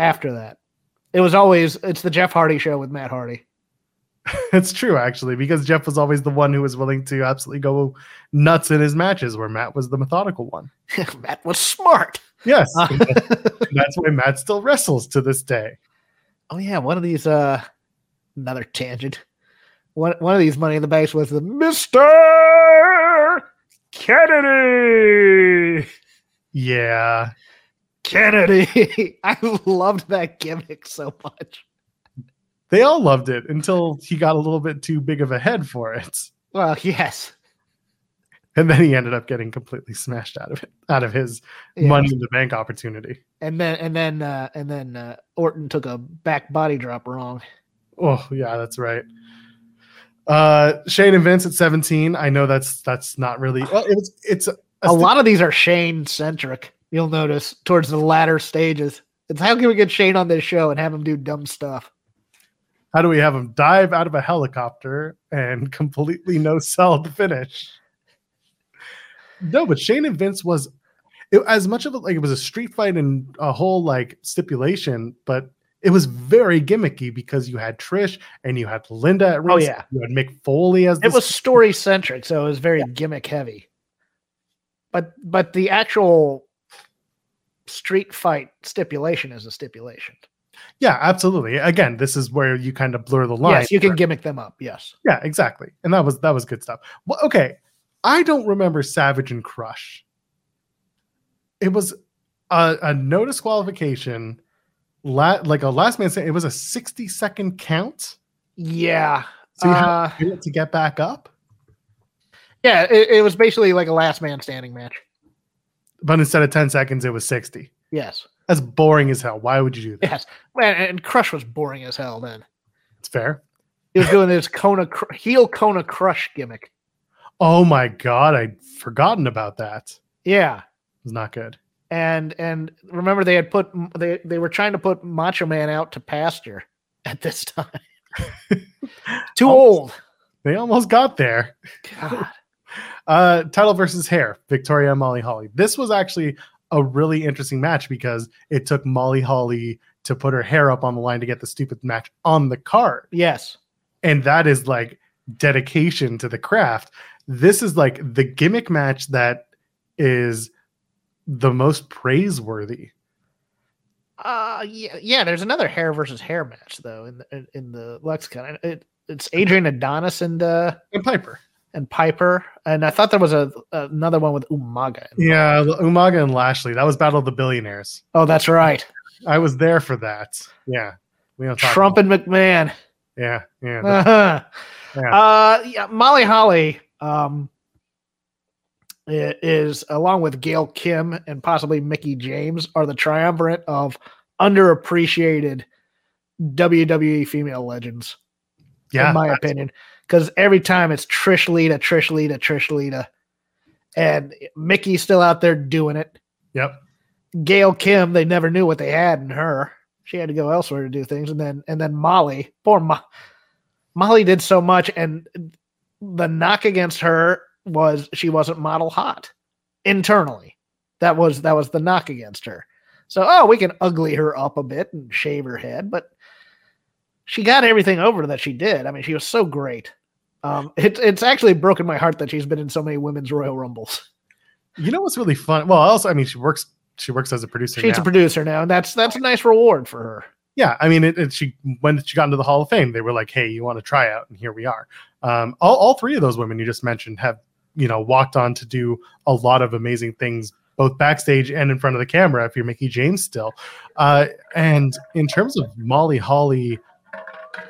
Speaker 2: after that. It was always it's the Jeff Hardy show with Matt Hardy.
Speaker 1: it's true actually because Jeff was always the one who was willing to absolutely go nuts in his matches, where Matt was the methodical one.
Speaker 2: Matt was smart.
Speaker 1: Yes,
Speaker 2: Uh.
Speaker 1: and that's- that's why Matt still wrestles to this day.
Speaker 2: Oh yeah, one of these uh another tangent. One one of these money in the banks was the Mr. Kennedy.
Speaker 1: Yeah,
Speaker 2: Kennedy. I loved that gimmick so much.
Speaker 1: they all loved it until he got a little bit too big of a head for it.
Speaker 2: Well, yes.
Speaker 1: and then he ended up getting completely smashed out of it, out of his
Speaker 2: Yeah.
Speaker 1: money in the bank opportunity.
Speaker 2: And then and then uh and then uh Orton took a back body drop wrong.
Speaker 1: Oh yeah, that's right. Uh, Shane and Vince at seventeen. I know that's that's not really. Well, it's it's a,
Speaker 2: A lot of these are Shane centric, you'll notice towards the latter stages. It's how can we get Shane on this show and have him do dumb stuff?
Speaker 1: How do we have him dive out of a helicopter and completely no sell the finish? No, but Shane and Vince was it, as much of a, like it was a street fight and a whole like stipulation, but it was very gimmicky because you had Trish and you had Linda at ringside,
Speaker 2: Oh, yeah.
Speaker 1: you had Mick Foley as
Speaker 2: it
Speaker 1: this
Speaker 2: was story centric, so it was very gimmick heavy. But but the actual street fight stipulation is a stipulation.
Speaker 1: Yeah, absolutely. Again, this is where you kind of blur the line.
Speaker 2: Yes, you can gimmick them up. Yes.
Speaker 1: Yeah, exactly. And that was that was good stuff. Well, okay, I don't remember Savage and Crush. It was a, a no disqualification, la- like a last man saying. It was a sixty second count,
Speaker 2: Yeah.
Speaker 1: so you had
Speaker 2: uh,
Speaker 1: a minute to get back up.
Speaker 2: yeah, it, it was basically like a last man standing match.
Speaker 1: But instead of ten seconds, it was sixty.
Speaker 2: Yes.
Speaker 1: That's boring as hell. Why would you do that?
Speaker 2: Yes. Man, and Crush was boring as hell then.
Speaker 1: It's fair.
Speaker 2: He was doing his Kona cr- heel Kona Crush gimmick.
Speaker 1: Oh my god, I'd forgotten about that. It
Speaker 2: Yeah.
Speaker 1: was not good.
Speaker 2: and and remember they had put they they were trying to put Macho Man out to pasture at this time. Too old.
Speaker 1: They almost got there.
Speaker 2: Oh God.
Speaker 1: Uh, title versus hair, Victoria and Molly Holly. This was actually a really interesting match because it took Molly Holly to put her hair up on the line to get the stupid match on the card.
Speaker 2: Yes.
Speaker 1: And that is like dedication to the craft. This is like the gimmick match that is the most praiseworthy.
Speaker 2: Uh yeah, yeah. There's another hair versus hair match though in the in, in the lexicon. It, it's Adrian Adonis and uh
Speaker 1: And Piper.
Speaker 2: and Piper, and I thought there was a another one with Umaga. in it.
Speaker 1: Yeah, L- Umaga and Lashley. That was Battle of the Billionaires.
Speaker 2: Oh, that's right.
Speaker 1: I was there for that. Yeah. We don't talk
Speaker 2: Trump and McMahon.
Speaker 1: Yeah. Yeah.
Speaker 2: Uh-huh.
Speaker 1: Yeah.
Speaker 2: Uh, yeah, Molly Holly um, i- is, along with Gail Kim and possibly Mickey James, are the triumvirate of underappreciated WWE female legends,
Speaker 1: yeah.
Speaker 2: in my opinion. Because every time it's Trish Lita, Trish Lita, Trish Lita, and Mickey's still out there doing it.
Speaker 1: Yep.
Speaker 2: Gail Kim, they never knew what they had in her. She had to go elsewhere to do things, and then and then Molly, poor Mo- Molly, did so much, and the knock against her was she wasn't model hot internally. That was that was the knock against her. So oh, we can ugly her up a bit and shave her head, but she got everything over that she did. I mean, she was so great. Um, it's it's actually broken my heart that she's been in so many women's Royal Rumbles.
Speaker 1: You know what's really fun? Well, also, I mean, she works she works as a producer.
Speaker 2: She's
Speaker 1: now.
Speaker 2: a producer now, and that's that's a nice reward for her.
Speaker 1: yeah, I mean, it, it, she when she got into the Hall of Fame, they were like, "Hey, you want to try out?" And here we are. Um, all, all three of those women you just mentioned have you know walked on to do a lot of amazing things, both backstage and in front of the camera. If you're Mickey James still, uh, and in terms of Molly Holly,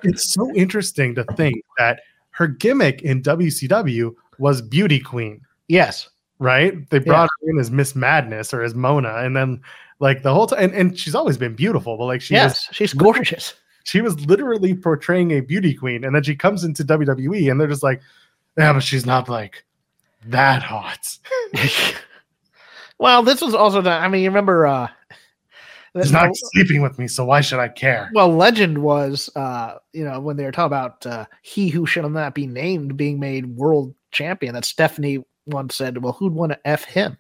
Speaker 1: it's so interesting to think that her gimmick in WCW was beauty queen
Speaker 2: Yes,
Speaker 1: right? They brought her in as Miss Madness or as Mona, and then like the whole time, and, and she's always been beautiful, but like she was
Speaker 2: yes, she's gorgeous.
Speaker 1: she was literally portraying a beauty queen, and then she comes into WWE, and they're just like, yeah, but she's not like that hot.
Speaker 2: well, this was also the. I mean, you remember? uh
Speaker 1: She's
Speaker 2: the-
Speaker 1: not sleeping with me, so why should I care?
Speaker 2: well, legend was, uh, you know, when they were talking about uh, he who shall not be named being made world champion. That Stephanie once said, "Well, who'd want to f him?"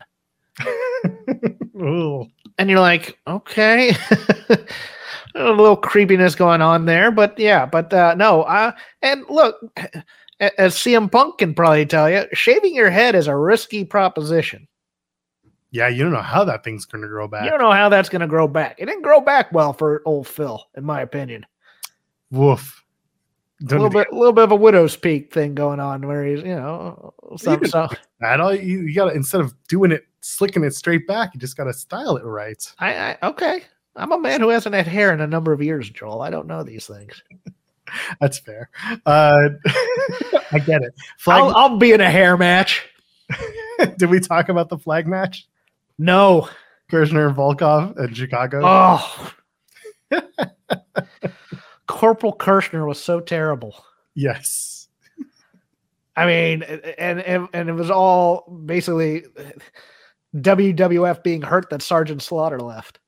Speaker 1: Ooh.
Speaker 2: and you're like, okay, a little creepiness going on there, but yeah, but uh, no, uh, and look, a- as CM Punk can probably tell you, shaving your head is a risky proposition.
Speaker 1: Yeah, you don't know how that thing's gonna grow back.
Speaker 2: You don't know how that's going to grow back. It didn't grow back well for old Phil, in my opinion.
Speaker 1: Woof.
Speaker 2: A
Speaker 1: Don't
Speaker 2: little
Speaker 1: need to
Speaker 2: bit, little bit of a widow's peak thing going on, where he's, you know, some,
Speaker 1: can-
Speaker 2: some,
Speaker 1: get that. All you, you gotta instead of doing it, slicking it straight back, you just gotta style it right.
Speaker 2: I, I, okay. I'm a man who hasn't had hair in a number of years, Joel. I don't know these things.
Speaker 1: That's fair. Uh, I get it. Flag,
Speaker 2: I'll, I'll be in a hair match.
Speaker 1: did we talk about the flag match?
Speaker 2: No.
Speaker 1: Kirshner and Volkov in Chicago.
Speaker 2: Oh. Corporal Kirshner was so terrible.
Speaker 1: yes.
Speaker 2: I mean, and, and and it was all basically WWF being hurt that Sergeant Slaughter left.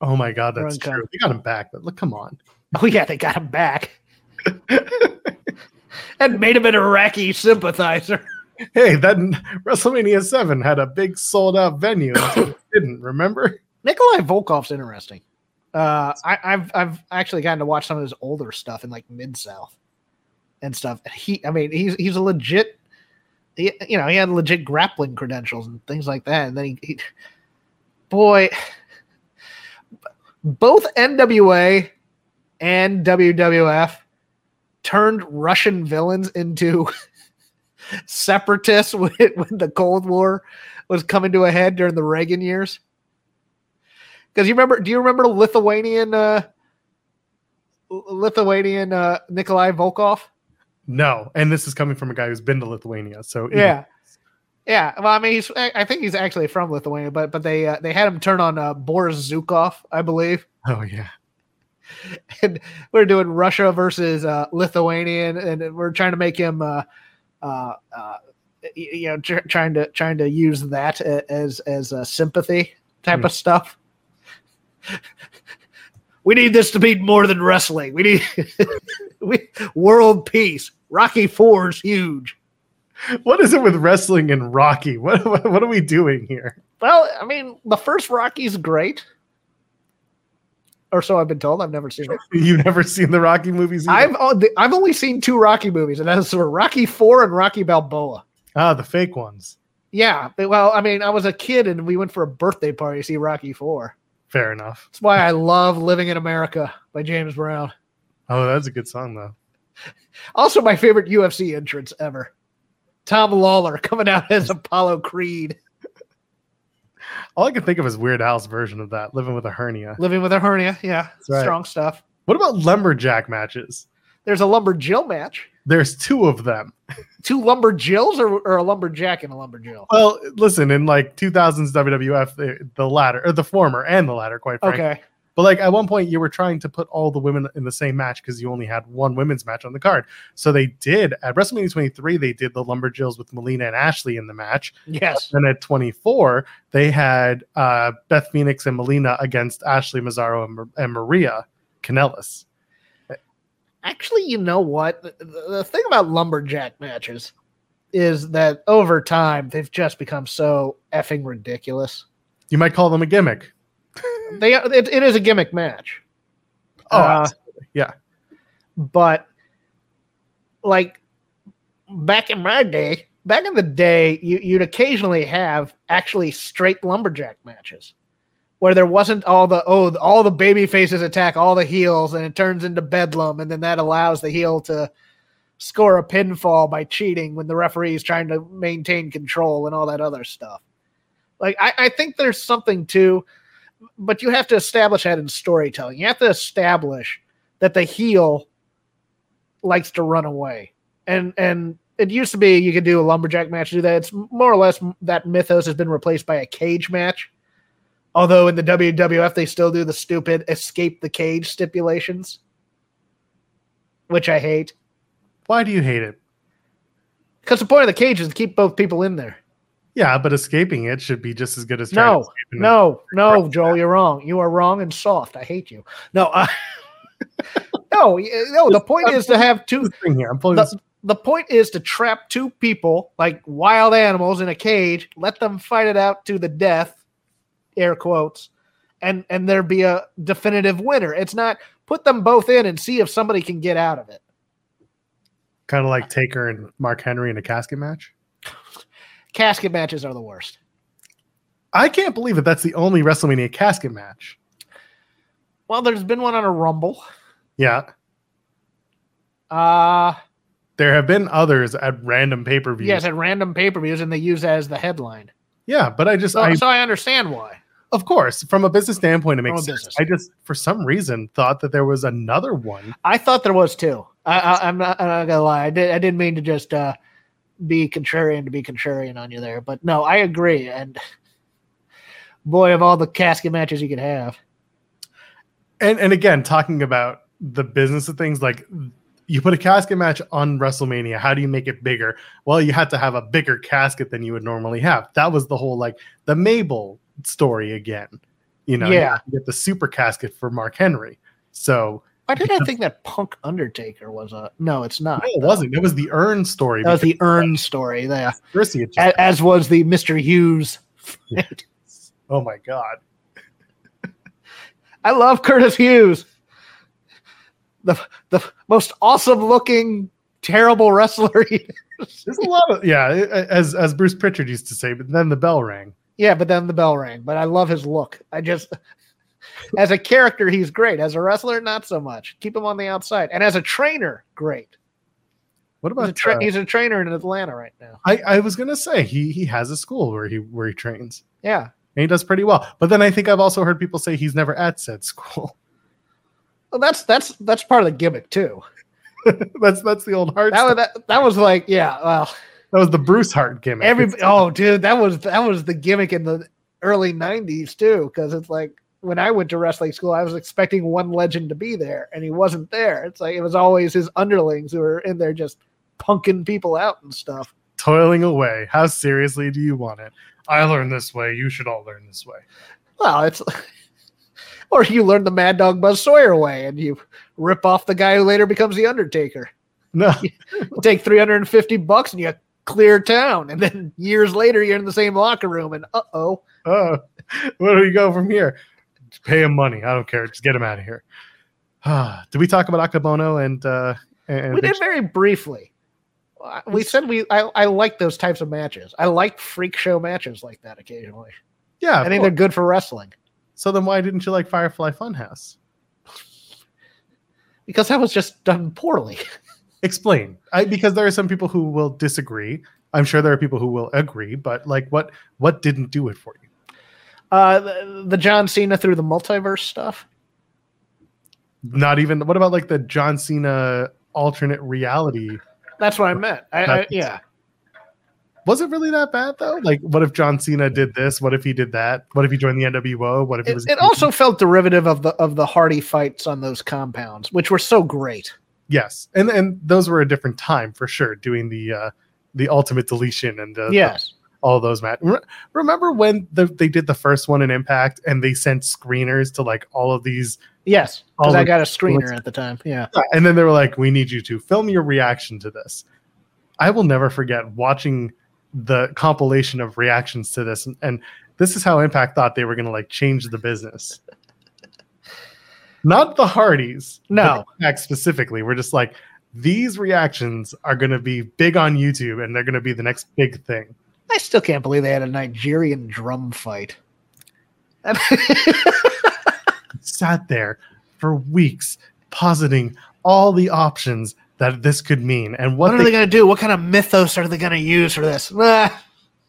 Speaker 1: Oh my God, that's
Speaker 2: Wrong cut.
Speaker 1: true. They got him back, but look, come on.
Speaker 2: Oh yeah, they got him back. and made him an Iraqi sympathizer.
Speaker 1: Hey, that WrestleMania 7 had a big sold out venue. It didn't remember?
Speaker 2: Nikolai Volkov's interesting. Uh, I, I've I've actually gotten to watch some of his older stuff in like mid south and stuff. He, I mean, he's he's a legit. He, you know, he had legit grappling credentials and things like that. And then he, he boy, both NWA and WWF turned Russian villains into separatists when, when the Cold War was coming to a head during the Reagan years. Because you remember, do you remember Lithuanian, uh, L- Lithuanian uh, Nikolai Volkov?
Speaker 1: No. And this is coming from a guy who's been to Lithuania. So even-
Speaker 2: Yeah, yeah. Well, I mean, he's I I think he's actually from Lithuania, but but they uh, they had him turn on uh, Boris Zukov, I believe.
Speaker 1: Oh, yeah.
Speaker 2: And we are doing Russia versus uh, Lithuanian, and we're trying to make him, uh, uh, uh, y- you know, tr- trying to trying to use that a- as as uh, sympathy type
Speaker 1: Hmm.
Speaker 2: of stuff. we need this to be more than wrestling. We need we world peace. Rocky Four is huge.
Speaker 1: What is it with wrestling and Rocky? What, what, what are we doing here?
Speaker 2: Well, I mean, the first Rocky's great. Or so I've been told. I've never seen it.
Speaker 1: You've never seen the Rocky movies? either?
Speaker 2: I've o- the- I've only seen two Rocky movies, and that's were Rocky Four and Rocky Balboa.
Speaker 1: ah, the fake ones.
Speaker 2: Yeah, but- well, I mean, I was a kid, and we went for a birthday party to see Rocky Four.
Speaker 1: Fair enough.
Speaker 2: That's why I love Living in America by James Brown.
Speaker 1: Oh, that's a good song, though.
Speaker 2: Also, my favorite UFC entrance ever. Tom Lawler coming out as Apollo Creed,
Speaker 1: All I can think of is Weird Al's version of that, living with a hernia.
Speaker 2: living with a hernia. Yeah,
Speaker 1: right.
Speaker 2: strong stuff.
Speaker 1: What about lumberjack matches?
Speaker 2: There's a lumberjill match.
Speaker 1: There's two of them.
Speaker 2: Two lumberjills, or, or a lumberjack and a lumberjill.
Speaker 1: Well, eh, listen, in like 2000s WWF, the, the latter or the former and the latter, quite frankly,
Speaker 2: Okay.
Speaker 1: But like at one point, you were trying to put all the women in the same match because you only had one women's match on the card. So they did at WrestleMania 23, they did the Lumberjills with Melina and Ashley in the match.
Speaker 2: Yes.
Speaker 1: And at 24, they had uh, Beth Phoenix and Melina against Ashley Mazzaro and, Mar- and Maria Canellis.
Speaker 2: Actually, you know what? The, the- the thing about lumberjack matches is that over time they've just become so effing ridiculous.
Speaker 1: You might call them a gimmick.
Speaker 2: They are- it, it is a gimmick match.
Speaker 1: Oh,
Speaker 2: Uh,
Speaker 1: Yeah.
Speaker 2: But like back in my day, back in the day, you, you'd occasionally have actually straight lumberjack matches where there wasn't all the oh the- all the baby faces attack all the heels and it turns into bedlam and then that allows the heel to score a pinfall by cheating when the referee is trying to maintain control and all that other stuff. Like I, I think there's something to but you have to establish that in storytelling. You have to establish that the heel likes to run away. And and it used to be you could do a lumberjack match, do that. It's more or less that mythos has been replaced by a cage match. Although in the WWF they still do the stupid escape the cage stipulations, which I hate.
Speaker 1: Why do you hate it?
Speaker 2: Because the point of the cage is to keep both people in there.
Speaker 1: Yeah, but escaping it should be just as good as trying to
Speaker 2: No,
Speaker 1: escape in a-
Speaker 2: no, no, Joel, you're wrong. You are wrong and soft. I hate you. No, uh, no, y- no. The point is to have two.
Speaker 1: This thing here. I'm pulling
Speaker 2: The-
Speaker 1: this.
Speaker 2: the point is to trap two people like wild animals in a cage let them fight it out to the death air quotes and and there be a definitive winner it's not put them both in and see if somebody can get out of it
Speaker 1: kind of like Taker and Mark Henry in a casket match.
Speaker 2: casket matches are the worst
Speaker 1: I can't believe that that's the only WrestleMania casket match.
Speaker 2: well there's been one on a rumble
Speaker 1: Yeah,
Speaker 2: uh
Speaker 1: there have been others at random pay per views.
Speaker 2: yes at random pay-per-views and they use that as the headline
Speaker 1: yeah, but I just,
Speaker 2: so
Speaker 1: I,
Speaker 2: so I understand why
Speaker 1: of course, from a business standpoint, it
Speaker 2: From
Speaker 1: makes
Speaker 2: a
Speaker 1: sense.
Speaker 2: business.
Speaker 1: I just, for some reason, thought that there was another one.
Speaker 2: I thought there was too. I, I, I'm not. I'm not gonna lie. I did. I didn't mean to just uh, be contrarian to be contrarian on you there, but no, I agree. And boy, of all the casket matches you could have,
Speaker 1: And and again, talking about the business of things, like you put a casket match on WrestleMania. How do you make it bigger? Well, you had to have a bigger casket than you would normally have. That was the whole like the Mabel story again. You know, you
Speaker 2: Yeah.
Speaker 1: have to get the super casket for Mark Henry. So
Speaker 2: why did I think that Punk Undertaker was a? No, it's not.
Speaker 1: no, it wasn't. It was the urn story.
Speaker 2: That was
Speaker 1: because
Speaker 2: the urn story there,
Speaker 1: Chrissy had just-
Speaker 2: a- as was the Mister Hughes. fight.
Speaker 1: oh my god.
Speaker 2: I love Curtis Hughes, the the most awesome looking terrible wrestler. he
Speaker 1: There's a lot of yeah, as as Bruce Pritchard used to say, but then the bell rang.
Speaker 2: Yeah, but then the bell rang. But I love his look. I just, as a character, he's great. As a wrestler, not so much. Keep him on the outside. And as a trainer, great.
Speaker 1: What
Speaker 2: He's a,
Speaker 1: about
Speaker 2: tra-
Speaker 1: uh,
Speaker 2: he's a trainer in Atlanta right now.
Speaker 1: I, I was gonna say he he has a school where he where he trains.
Speaker 2: Yeah.
Speaker 1: and he does pretty well. But then I think I've also heard people say he's never at said school.
Speaker 2: Well, that's that's that's part of the gimmick too.
Speaker 1: that's that's the old heart.
Speaker 2: That
Speaker 1: That
Speaker 2: was
Speaker 1: was,
Speaker 2: that, that was like yeah. Well,
Speaker 1: that was the Bruce Hart gimmick.
Speaker 2: every
Speaker 1: It's-
Speaker 2: oh dude, that was that was the gimmick in the early '90s too. Because it's like when I went to wrestling school, I was expecting one legend to be there, and he wasn't there. It's like it was always his underlings who were in there just punking people out and stuff.
Speaker 1: toiling away. How seriously do you want it? I learned this way. You should all learn this way.
Speaker 2: Well, it's or you learn the Mad Dog Buzz Sawyer way, and you rip off the guy who later becomes the Undertaker.
Speaker 1: No,
Speaker 2: You take three hundred and fifty bucks, and you clear town. And then years later, you're in the same locker room, and uh oh,
Speaker 1: oh, where do we go from here? Just pay him money. I don't care. Just get him out of here. Ah, did we talk about Akabono and uh and
Speaker 2: we did very briefly. I- We said we I, I like those types of matches. I like freak show matches like that occasionally.
Speaker 1: yeah?
Speaker 2: I
Speaker 1: of
Speaker 2: think
Speaker 1: course.
Speaker 2: they're good for wrestling
Speaker 1: So then why didn't you like Firefly Funhouse?
Speaker 2: because that was just done poorly.
Speaker 1: explain I, because there are some people who will disagree i'm sure there are people who will agree but like what what didn't do it for you
Speaker 2: Uh, the, the John Cena through the multiverse stuff.
Speaker 1: not even what about like the john cena alternate reality
Speaker 2: That's what I meant. I, I
Speaker 1: That's-
Speaker 2: yeah.
Speaker 1: was it really that bad though? Like, what if John Cena did this? What if he did that? What if he joined the NWO? What if he
Speaker 2: It,
Speaker 1: was?
Speaker 2: it also felt derivative of the of the Hardy fights on those compounds, which were so great.
Speaker 1: yes, and and those were a different time for sure. Doing the uh the ultimate deletion and the,
Speaker 2: yes,
Speaker 1: all those Matt. Re- remember when the, they did the first one in Impact and they sent screeners to like all of these,
Speaker 2: yes, because
Speaker 1: all
Speaker 2: I
Speaker 1: the-
Speaker 2: got a screener at the time. Yeah,
Speaker 1: and then they were like, "We need you to film your reaction to this." I will never forget watching the compilation of reactions to this, and, and this is how Impact thought they were going to like change the business. Not the Hardys,
Speaker 2: No.
Speaker 1: but Impact specifically. We're just like these reactions are going to be big on YouTube, and they're going to be the next big thing.
Speaker 2: I still can't believe they had a Nigerian drum fight. And-
Speaker 1: sat there for weeks positing all the options that this could mean and what,
Speaker 2: what are
Speaker 1: they,
Speaker 2: they going to do? What kind of mythos are they going to use for this?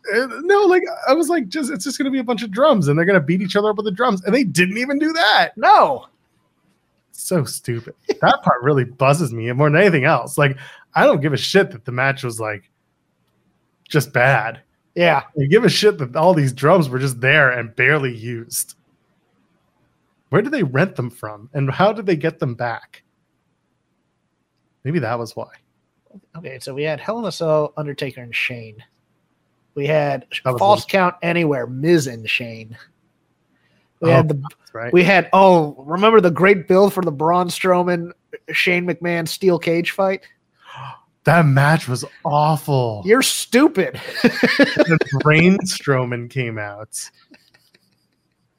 Speaker 2: Ah,
Speaker 1: uh, no like i was like just it's just going to be a bunch of drums and they're going to beat each other up with the drums and they didn't even do that
Speaker 2: no,
Speaker 1: so stupid that part really buzzes me and more than anything else like i don't give a shit that the match was like just bad
Speaker 2: yeah,
Speaker 1: i give a shit that all these drums were just there and barely used where did they rent them from and how did they get them back maybe that was why
Speaker 2: okay. So we had Hell in a Cell, Undertaker, and Shane. We had
Speaker 1: That was
Speaker 2: False
Speaker 1: one.
Speaker 2: Count Anywhere, Miz and Shane.
Speaker 1: Oh,
Speaker 2: We had the
Speaker 1: That's right
Speaker 2: We had oh, remember the great bill for the Braun Strowman Shane McMahon steel cage fight?
Speaker 1: That match was awful.
Speaker 2: You're stupid.
Speaker 1: the brain Strowman came out.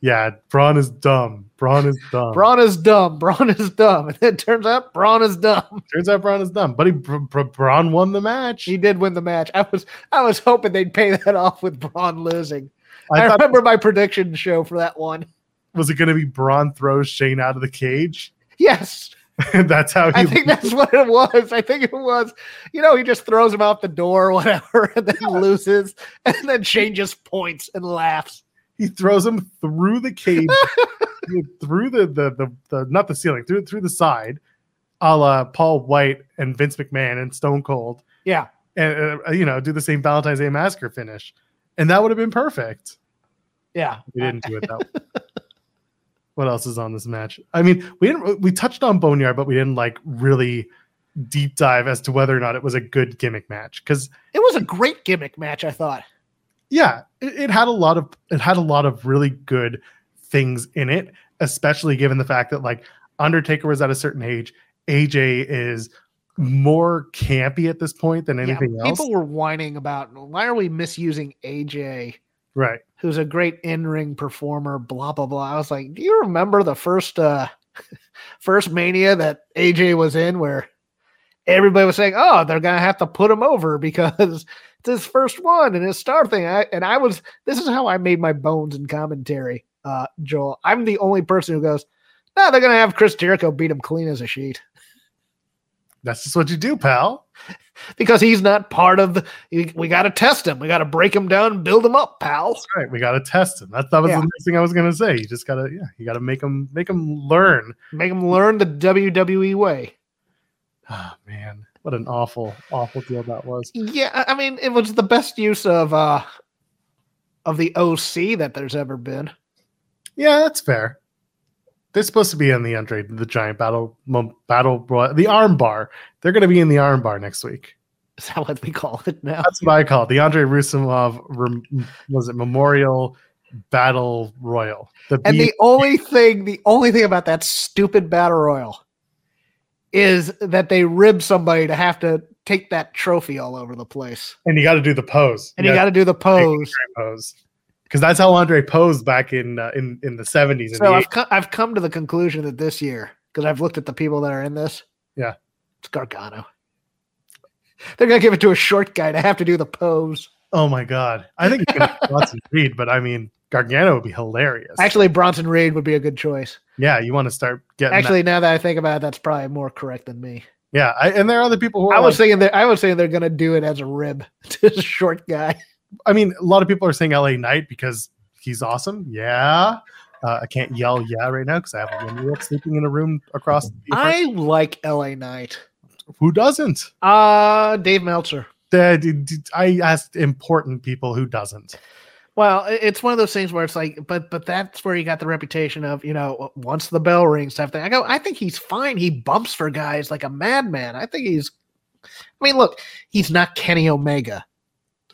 Speaker 1: Yeah, Braun is dumb. Braun is dumb.
Speaker 2: Braun is dumb. Braun is dumb. And it turns out Braun is dumb.
Speaker 1: Turns out Braun is dumb. But he, Br- Br- Braun won the match.
Speaker 2: He did win the match. I was I was hoping they'd pay that off with Braun losing. I,
Speaker 1: I thought,
Speaker 2: remember my prediction show for that one.
Speaker 1: was it going to be Braun throws Shane out of the cage?
Speaker 2: Yes,
Speaker 1: that's how he.
Speaker 2: I think that's what it was. I think it was, you know, he just throws him out the door or whatever, and then loses, and then changes points and laughs.
Speaker 1: he throws him through the cage, through the, the the the not the ceiling, through through the side, a la Paul White and Vince McMahon and Stone Cold,
Speaker 2: Yeah,
Speaker 1: and uh, you know do the same Valentine's Day Massacre finish, and that would have been perfect.
Speaker 2: yeah.
Speaker 1: We didn't do it though. what else is on this match? I mean, we didn't we touched on Boneyard, but we didn't like really deep dive as to whether or not it was a good gimmick match. Because
Speaker 2: It was a great gimmick match. I thought.
Speaker 1: yeah, it, it had a lot of it had a lot of really good things in it, especially given the fact that like Undertaker was at a certain age, AJ is more campy at this point than anything
Speaker 2: yeah,
Speaker 1: else.
Speaker 2: People were whining about why are we misusing AJ,
Speaker 1: right.
Speaker 2: who's a great in-ring performer, blah blah blah. I was like, do you remember the first uh first mania that AJ was in where everybody was saying, Oh, they're gonna have to put him over because it's his first one and his star thing. I, and I was this is how I made my bones in commentary, uh, Joel. I'm the only person who goes, No, they're gonna have Chris Jericho beat him clean as a sheet.
Speaker 1: That's just what you do, pal.
Speaker 2: because he's not part of the. We, got to test him. We got to break him down, and build him up, pal.
Speaker 1: That's right. We gotta test him. That, that was
Speaker 2: Yeah.
Speaker 1: the next thing I was gonna say. You just gotta, yeah, you gotta make him make him learn
Speaker 2: Make him learn the WWE way.
Speaker 1: Oh man, what an awful, awful deal that was.
Speaker 2: Yeah, I- I mean, it was the best use of uh of the OC that there's ever been.
Speaker 1: Yeah, that's fair. They're supposed to be in the Andre the Giant Battle mo- Battle Roy- the Arm Bar. They're going to be in the Arm Bar next week.
Speaker 2: Is that what we call it now?
Speaker 1: That's what I call it. The Andre Rusimov rem- was it Memorial Battle Royal? The
Speaker 2: And
Speaker 1: B-
Speaker 2: the only thing, the only thing about that stupid battle royal is that they rib somebody to have to take that trophy all over the place,
Speaker 1: and you got to do the pose.
Speaker 2: and you got to do the
Speaker 1: gotta do
Speaker 2: pose.
Speaker 1: the pose because that's how Andre posed back in uh, in in the seventies and
Speaker 2: So
Speaker 1: the
Speaker 2: I've come, I've come to the conclusion that this year, because I've looked at the people that are in this.
Speaker 1: Yeah.
Speaker 2: it's Gargano. They're gonna give it to a short guy to have to do the pose.
Speaker 1: Oh my god, I think it's going to Watson Reed, but I mean Gargano would be hilarious.
Speaker 2: Actually, Bronson Reed would be a good choice.
Speaker 1: yeah, you want to start getting that
Speaker 2: Actually, now that I think about it, that's probably more correct than me.
Speaker 1: Yeah, I, and there are other people who are.
Speaker 2: I
Speaker 1: I,
Speaker 2: was thinking that I was saying they're gonna do it as a rib to the short guy.
Speaker 1: I mean, a lot of people are saying L.A. Knight because he's awesome. Yeah, uh, I can't yell yeah right now because I have a one year old sleeping in a room across. The
Speaker 2: I like LA Knight.
Speaker 1: who doesn't?
Speaker 2: Uh Dave Meltzer.
Speaker 1: uh, d- d- I asked important people who doesn't.
Speaker 2: Well, it- it's one of those things where it's like, but but that's where you got the reputation of you know once the bell rings type thing. I go, I think he's fine. He bumps for guys like a madman. I think he's. I mean, look, he's not Kenny Omega.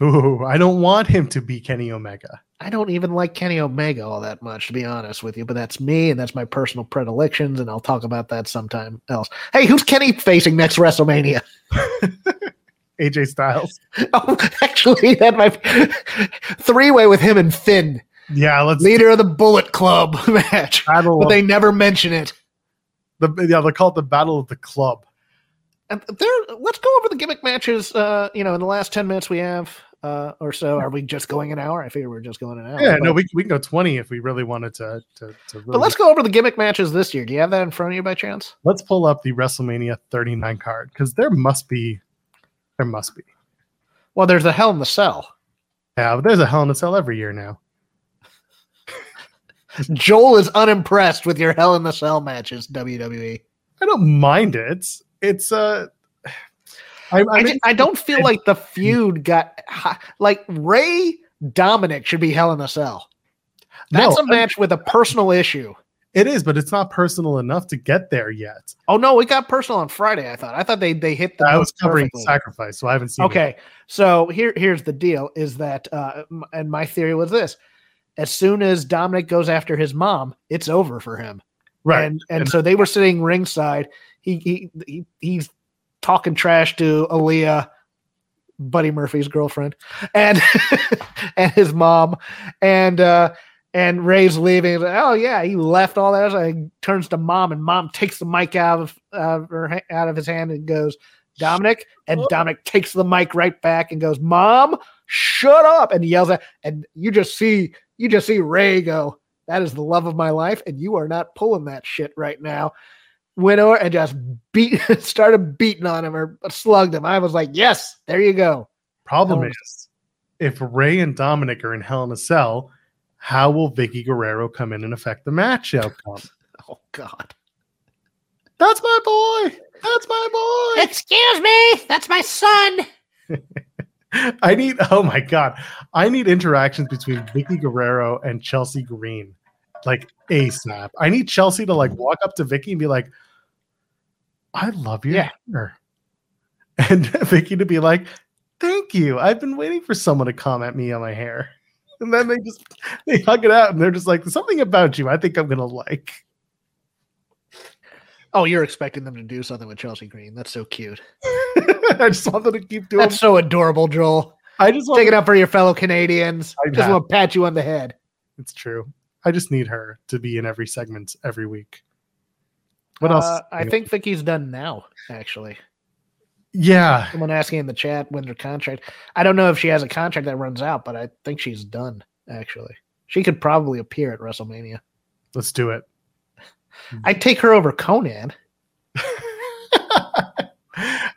Speaker 1: Ooh, I don't want him to be Kenny Omega.
Speaker 2: I don't even like Kenny Omega all that much, to be honest with you. But that's me, and that's my personal predilections, and I'll talk about that sometime else. Hey, who's Kenny facing next WrestleMania?
Speaker 1: AJ Styles.
Speaker 2: Oh, actually, that might three way with him and Finn,
Speaker 1: Yeah, let's
Speaker 2: leader of the Bullet Club match,
Speaker 1: battle.
Speaker 2: but
Speaker 1: of
Speaker 2: they never mention it.
Speaker 1: the, yeah, they call it the Battle of the Club.
Speaker 2: And there, let's go over the gimmick matches. Uh, you know, in the last ten minutes we have uh, or so. Are we just going an hour? I figure we're just going an hour.
Speaker 1: Yeah,
Speaker 2: but,
Speaker 1: no, we, we can go 20 if we really wanted to. to, to really,
Speaker 2: but let's go over the gimmick matches this year. Do you have that in front of you by chance?
Speaker 1: let's pull up the WrestleMania 39 card because there must be, there must be.
Speaker 2: Well, there's a Hell in the Cell.
Speaker 1: Yeah, but there's a Hell in a Cell every year now.
Speaker 2: Joel is unimpressed with your Hell in the Cell matches, E. WWE.
Speaker 1: I don't mind it. It's uh, I, I,
Speaker 2: I,
Speaker 1: mean,
Speaker 2: ju- I don't feel like the feud got hi- like Ray Dominic should be Hell in a Cell. That's
Speaker 1: no,
Speaker 2: a match with a personal issue.
Speaker 1: it is, but it's not personal enough to get there yet.
Speaker 2: Oh no, it got personal on Friday. I thought. I thought they they hit the.
Speaker 1: I
Speaker 2: notes
Speaker 1: was covering
Speaker 2: perfectly.
Speaker 1: sacrifice, so I haven't seen. it.
Speaker 2: Okay, so here here's the deal: is that uh, m- and my theory was this: as soon as Dominic goes after his mom, it's over for him.
Speaker 1: right?
Speaker 2: And and
Speaker 1: And-
Speaker 2: so they were sitting ringside. He he, he he's talking trash to Aaliyah, Buddy Murphy's girlfriend, and and his mom, and uh and Ray's leaving. He's like, oh yeah, he left all that. So he turns to mom, and mom takes the mic out of uh, her ha- out of his hand and goes, Dominic, and
Speaker 1: Oh.
Speaker 2: Dominic takes the mic right back and goes, Mom, shut up, and yells at, and you just see you just see Ray go. That is the love of my life, and you are not pulling that shit right now. Went over and just beat, started beating on him or slugged him. I was like, "Yes, there you go."
Speaker 1: Problem
Speaker 2: Hell in
Speaker 1: is, if Ray and Dominic are in Hell in a Cell, how will Vicky Guerrero come in and affect the match outcome?
Speaker 2: Oh God!
Speaker 1: That's my boy. That's my boy.
Speaker 2: Excuse me, that's my son.
Speaker 1: I need. Oh my god, I need interactions between Vicky Guerrero and Chelsea Green, like ASAP. I need Chelsea to like walk up to Vicky and be like, "I love your
Speaker 2: Yeah.
Speaker 1: hair," and Vicky to be like, "Thank you. I've been waiting for someone to comment me on my hair." And then they just they hug it out and they're just like, "There's something about you. I think I'm gonna like."
Speaker 2: Oh, you're expecting them to do something with Chelsea Green? That's so cute.
Speaker 1: I just want them to keep doing.
Speaker 2: That's so adorable, Joel.
Speaker 1: I just want
Speaker 2: Take it up for your fellow Canadians.
Speaker 1: I
Speaker 2: Just
Speaker 1: have-
Speaker 2: want to pat you on the head.
Speaker 1: It's true. I just need her to be in every segment every week. What
Speaker 2: Uh,
Speaker 1: else?
Speaker 2: I think Vicky's done now. Actually,
Speaker 1: Yeah,
Speaker 2: someone asking in the chat when her contract. I don't know if she has a contract that runs out, but I think she's done. Actually, she could probably appear at WrestleMania.
Speaker 1: let's do it.
Speaker 2: I would take her over Conan.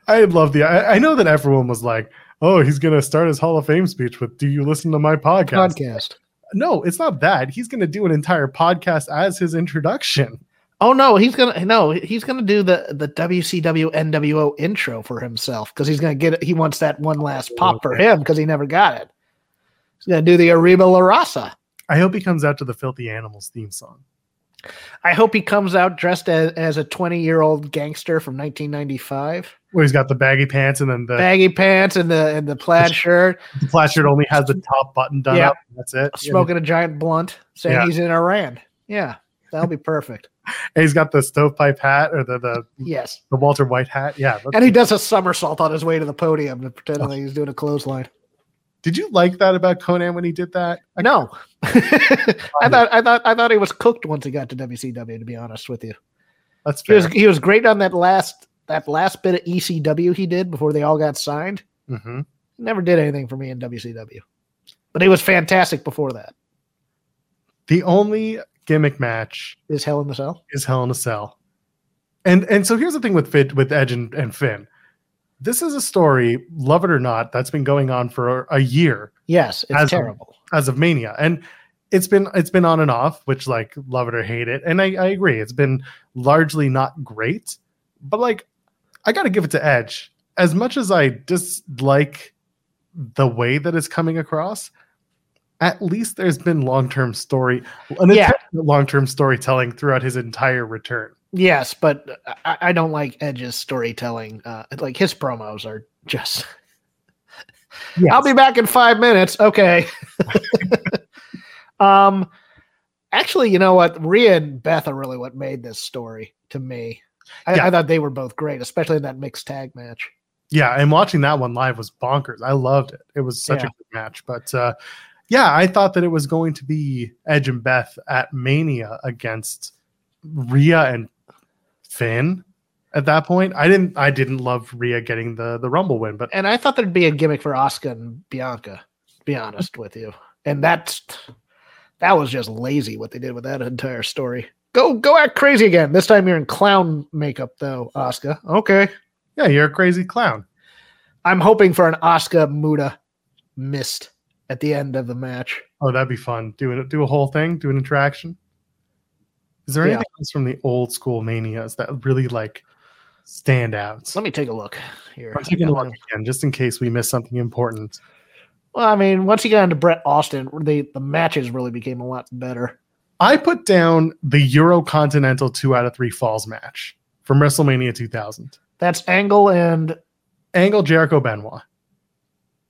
Speaker 1: I love the. I, I know that everyone was like, "Oh, he's gonna start his Hall of Fame speech with Do you listen to my podcast?"
Speaker 2: Podcast.
Speaker 1: No, it's not that. He's gonna do an entire podcast as his introduction.
Speaker 2: Oh no, he's gonna no, he's gonna do the the WCW NWO intro for himself because he's gonna get it. He wants that one last pop for him because he never got it. He's gonna do the Arriba La Raza.
Speaker 1: I hope he comes out to the Filthy Animals theme song.
Speaker 2: I hope he comes out dressed as, as a twenty year old gangster from nineteen ninety five,
Speaker 1: Where he's got the baggy pants and then the,
Speaker 2: baggy pants and the and the plaid shirt,
Speaker 1: the plaid shirt only has the top button done
Speaker 2: Yeah.
Speaker 1: up. That's it.
Speaker 2: smoking a giant blunt, saying
Speaker 1: Yeah.
Speaker 2: he's in Iran. Yeah, that'll be perfect.
Speaker 1: And he's got the stovepipe hat or the the,
Speaker 2: Yes,
Speaker 1: the Walter White hat. Yeah, that's-
Speaker 2: and he does a somersault on his way to the podium, pretending like he's doing a clothesline.
Speaker 1: Did you like that about Conan when he did that?
Speaker 2: No, I thought I thought I thought he was cooked once he got to WCW. To be honest with you,
Speaker 1: That's
Speaker 2: he
Speaker 1: fair.
Speaker 2: was he was great on that last that last bit of ECW he did before they all got signed.
Speaker 1: hmm
Speaker 2: Never did anything for me in WCW, but he was fantastic before that.
Speaker 1: The only gimmick match
Speaker 2: Is Hell in the Cell?
Speaker 1: is Hell in a Cell, and and so here's the thing with Fit with Edge and, and Finn. This is a story, love it or not, that's been going on for a year
Speaker 2: Yes, it's
Speaker 1: As-
Speaker 2: terrible.
Speaker 1: as of Mania, and it's been it's been on and off, which like love it or hate it, and I, I agree, it's been largely not great, but like I got to give it to Edge. As much as I dislike the way that it's coming across, at least there's been long term story, an
Speaker 2: Yeah.
Speaker 1: long term storytelling throughout his entire return.
Speaker 2: Yes, but I, I don't like Edge's storytelling. Uh, like his promos are just. I'll be back in five minutes. Okay. um, actually, you know what? Rhea and Beth are really what made this story to me. I,
Speaker 1: Yeah.
Speaker 2: I thought they were both great, especially in that mixed tag match.
Speaker 1: yeah and watching that one live was bonkers i loved it it was such
Speaker 2: Yeah.
Speaker 1: a good match but uh yeah i thought that it was going to be edge and beth at mania against Rhea and finn at that point i didn't i didn't love Rhea getting the the rumble win but
Speaker 2: And I thought there'd be a gimmick for Oscar and Bianca. To be honest with you, and that's that was just lazy what they did with that entire story. Go go act crazy again. This time you're in clown makeup though, Oscar. Okay.
Speaker 1: yeah you're a crazy clown
Speaker 2: I'm hoping for an Oscar Muda mist at the end of the match.
Speaker 1: oh that'd be fun do it do a whole thing do an interaction is there
Speaker 2: Yeah.
Speaker 1: anything else from the old school manias that really like stand out
Speaker 2: Let me take a look here.
Speaker 1: i'm taking a look again just in case we miss something important
Speaker 2: Well, I mean, once you got into Brett Austin, the the matches really became a lot better.
Speaker 1: I put down the Eurocontinental two out of three falls match from WrestleMania 2000.
Speaker 2: That's Angle and
Speaker 1: Angle Jericho Benoit.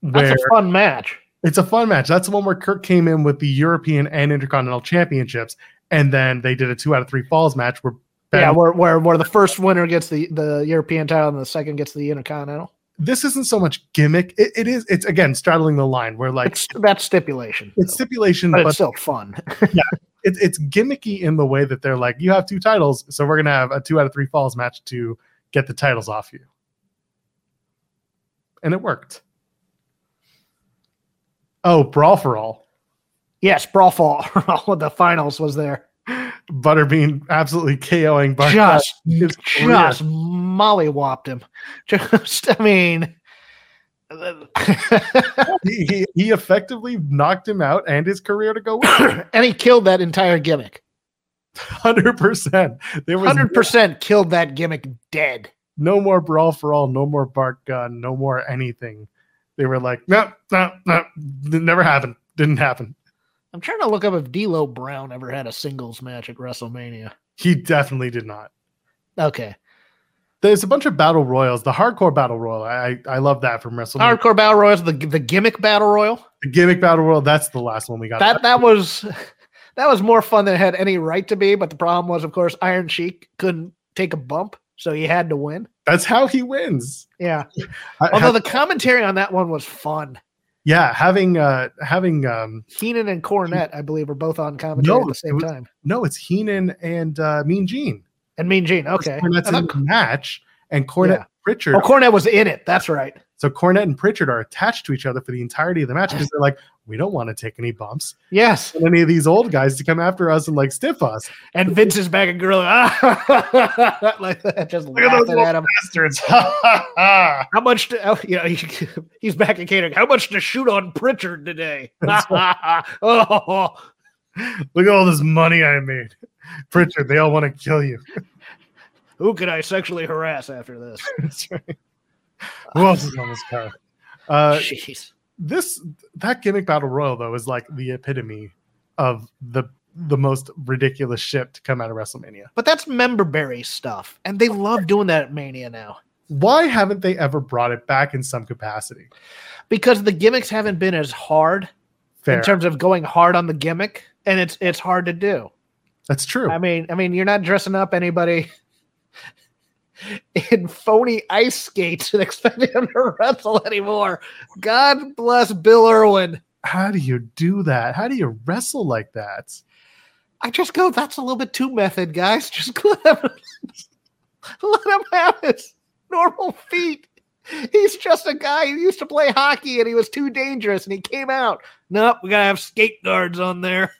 Speaker 2: that's
Speaker 1: Where
Speaker 2: a fun match.
Speaker 1: it's a fun match. That's the one where Kirk came in with the European and Intercontinental Championships, and then they did a two out of three falls match where Ben-
Speaker 2: yeah, where, where where the first winner gets the, the European title and the second gets the Intercontinental.
Speaker 1: this isn't so much gimmick. It, it is. It's again straddling the line where like
Speaker 2: It's that's stipulation.
Speaker 1: it's
Speaker 2: though,
Speaker 1: stipulation,
Speaker 2: but
Speaker 1: but,
Speaker 2: it's still fun.
Speaker 1: it's it's gimmicky in the way that they're like, you have two titles, so we're gonna have a two out of three falls match to get the titles off you. And it worked. Oh, brawl for all.
Speaker 2: Yes, Brawl Fall. the finals was there.
Speaker 1: Butterbean absolutely KOing Barnett.
Speaker 2: just
Speaker 1: His career.
Speaker 2: just mollywopped him. Just I mean,
Speaker 1: He, he, he effectively knocked him out and his career to go with
Speaker 2: and he killed that entire gimmick.
Speaker 1: 100%. There was
Speaker 2: Hundred percent killed that gimmick dead.
Speaker 1: no more brawl for all, no more bark gun, no more anything. They were like, no, no, no, it never happened. Didn't happen.
Speaker 2: I'm trying to look up if D'Lo Brown ever had a singles match at WrestleMania.
Speaker 1: He definitely did not.
Speaker 2: Okay,
Speaker 1: There's a bunch of battle royals. The hardcore battle royal, I I love that from WrestleMania.
Speaker 2: hardcore battle royals, the the gimmick battle royal.
Speaker 1: The gimmick battle royal, that's the last one we got.
Speaker 2: That that was that was more fun than it had any right to be. But the problem was, of course, Iron Sheik couldn't take a bump, so he had to win.
Speaker 1: that's how he wins.
Speaker 2: Yeah.
Speaker 1: I-
Speaker 2: Although
Speaker 1: ha-
Speaker 2: the commentary on that one was fun.
Speaker 1: yeah, having uh having um
Speaker 2: Heenan and Cornette, I believe, are both on commentary
Speaker 1: No,
Speaker 2: at the
Speaker 1: it
Speaker 2: same
Speaker 1: was-
Speaker 2: time.
Speaker 1: no, it's Heenan and uh Mean Gene.
Speaker 2: And Mean Gene. Okay.
Speaker 1: And that's
Speaker 2: I
Speaker 1: in
Speaker 2: thought-
Speaker 1: the match and Cornette
Speaker 2: Yeah.
Speaker 1: and Pritchard.
Speaker 2: Oh, Cornette was in it. That's right.
Speaker 1: so Cornette and Pritchard are attached to each other for the entirety of the match because they're like, we don't want to take any bumps.
Speaker 2: Yes.
Speaker 1: And any of these old guys to come after us and like stiff us.
Speaker 2: And Vince is back and gorilla. Ah, like that, just
Speaker 1: at those
Speaker 2: laughing at him.
Speaker 1: Bastards. Ha ha ha.
Speaker 2: How much? To, oh, you know, he- he's back in catering. How much to shoot on Pritchard today?
Speaker 1: That's
Speaker 2: oh,
Speaker 1: Look at all this money I made. Pritchard, they all want to kill you.
Speaker 2: who could I sexually harass after this?
Speaker 1: That's right. Who else is on this card? Uh,
Speaker 2: Jeez.
Speaker 1: this that gimmick battle royal though is like the epitome of the the most ridiculous shit to come out of WrestleMania.
Speaker 2: But that's memberberry stuff, and they love doing that at Mania now
Speaker 1: Why haven't they ever brought it back in some capacity?
Speaker 2: because the gimmicks haven't been as hard
Speaker 1: Fair.
Speaker 2: in terms of going hard on the gimmick, and it's it's hard to do.
Speaker 1: That's true.
Speaker 2: I mean, I mean, you're not dressing up anybody in phony ice skates and expecting them to wrestle anymore. God bless Bill Irwin.
Speaker 1: How do you do that? How do you wrestle like that?
Speaker 2: I just go, that's a little bit too method, guys. Just let him, let him have his normal feet. He's just a guy who used to play hockey and he was too dangerous and he came out. Nope, we gotta have skate guards on there.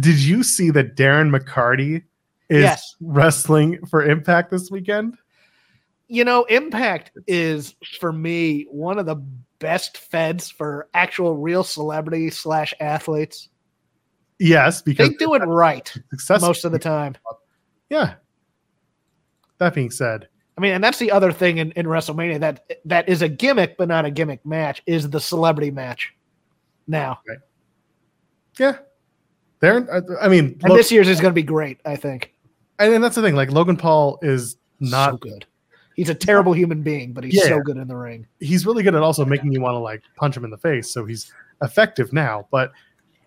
Speaker 1: Did you see that Darren McCarty is
Speaker 2: Yes.
Speaker 1: wrestling for Impact this weekend?
Speaker 2: you know, Impact is for me one of the best feds for actual real celebrity slash athletes.
Speaker 1: Yes,
Speaker 2: They
Speaker 1: because
Speaker 2: do it right
Speaker 1: successful.
Speaker 2: most of the time.
Speaker 1: Yeah. That being said,
Speaker 2: I mean, and that's the other thing in, in WrestleMania that that is a gimmick, but not a gimmick match, is the celebrity match. Now,
Speaker 1: Yeah. There, I- I mean,
Speaker 2: and
Speaker 1: look-
Speaker 2: this year's is going to be great. I think.
Speaker 1: and then that's the thing. Like Logan Paul is not.
Speaker 2: so good. He's a terrible human being, but he's
Speaker 1: Yeah.
Speaker 2: so good in the ring.
Speaker 1: He's really good at also making you want to like punch him in the face. So he's effective now, but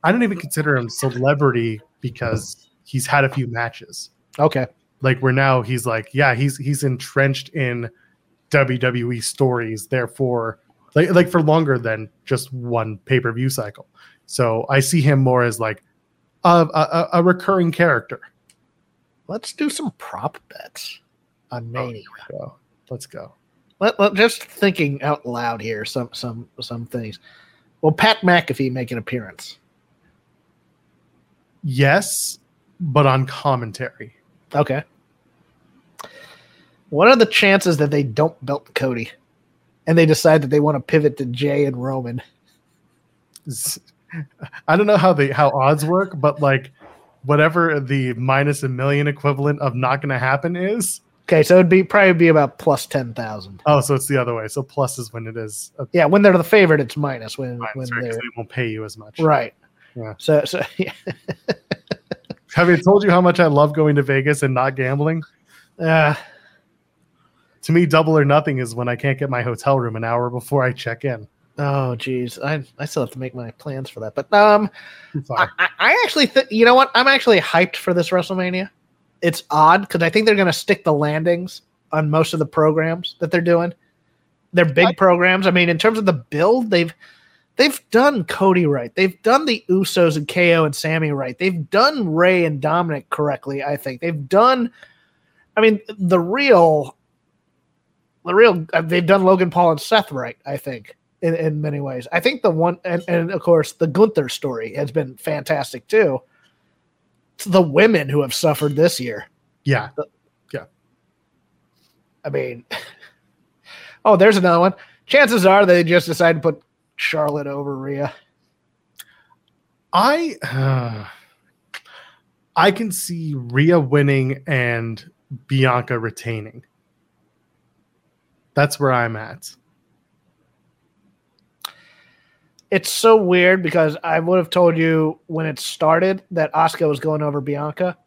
Speaker 1: I don't even consider him celebrity because he's had a few matches.
Speaker 2: Okay.
Speaker 1: Like where now he's like, yeah, he's he's entrenched in WWE stories. Therefore, like like for longer than just one pay per view cycle. So I see him more as like a, a, a recurring character.
Speaker 2: Let's do some prop bets on Mania.
Speaker 1: So let's go.
Speaker 2: Let, let- just thinking out loud here, some some some things. Will Pat McAfee make an appearance?
Speaker 1: Yes, but on commentary.
Speaker 2: Okay. What are the chances that they don't belt Cody and they decide that they want to pivot to Jay and Roman?
Speaker 1: Z- I don't know how the how odds work, but like whatever the minus a million equivalent of not going to happen is.
Speaker 2: Okay, so it'd be probably be about plus 10,000.
Speaker 1: Oh, so it's the other way. So plus is when it is a
Speaker 2: Yeah, when they're the favorite, it's minus. When, when
Speaker 1: minus, right? 'Cause
Speaker 2: they're
Speaker 1: they won't pay you as much.
Speaker 2: right.
Speaker 1: Yeah.
Speaker 2: So, so yeah.
Speaker 1: Have I told you how much I love going to Vegas and not gambling?
Speaker 2: Uh,
Speaker 1: To me, double or nothing is when I can't get my hotel room an hour before I check in.
Speaker 2: Oh geez, I I still have to make my plans for that. But um,
Speaker 1: Too far.
Speaker 2: I, I- I actually think you know what? I'm actually hyped for this WrestleMania. It's odd because I think they're going to stick the landings on most of the programs that they're doing. They're big
Speaker 1: I-
Speaker 2: programs. I mean, in terms of the build, they've they've done Cody right. They've done the Usos and KO and Sammy right. They've done Ray and Dominic correctly. I think they've done. I mean, the real, the real. uh, They've done Logan Paul and Seth right. I think in, in many ways. I think the one, and, and of course, the Gunther story has been fantastic too. It's the women who have suffered this year.
Speaker 1: yeah,
Speaker 2: I mean, oh, there's another one. Chances are they just decided to put Charlotte over Rhea.
Speaker 1: I uh, I can see Rhea winning and Bianca retaining. That's where I'm at.
Speaker 2: It's so weird because I would have told you when it started that Asuka was going over Bianca,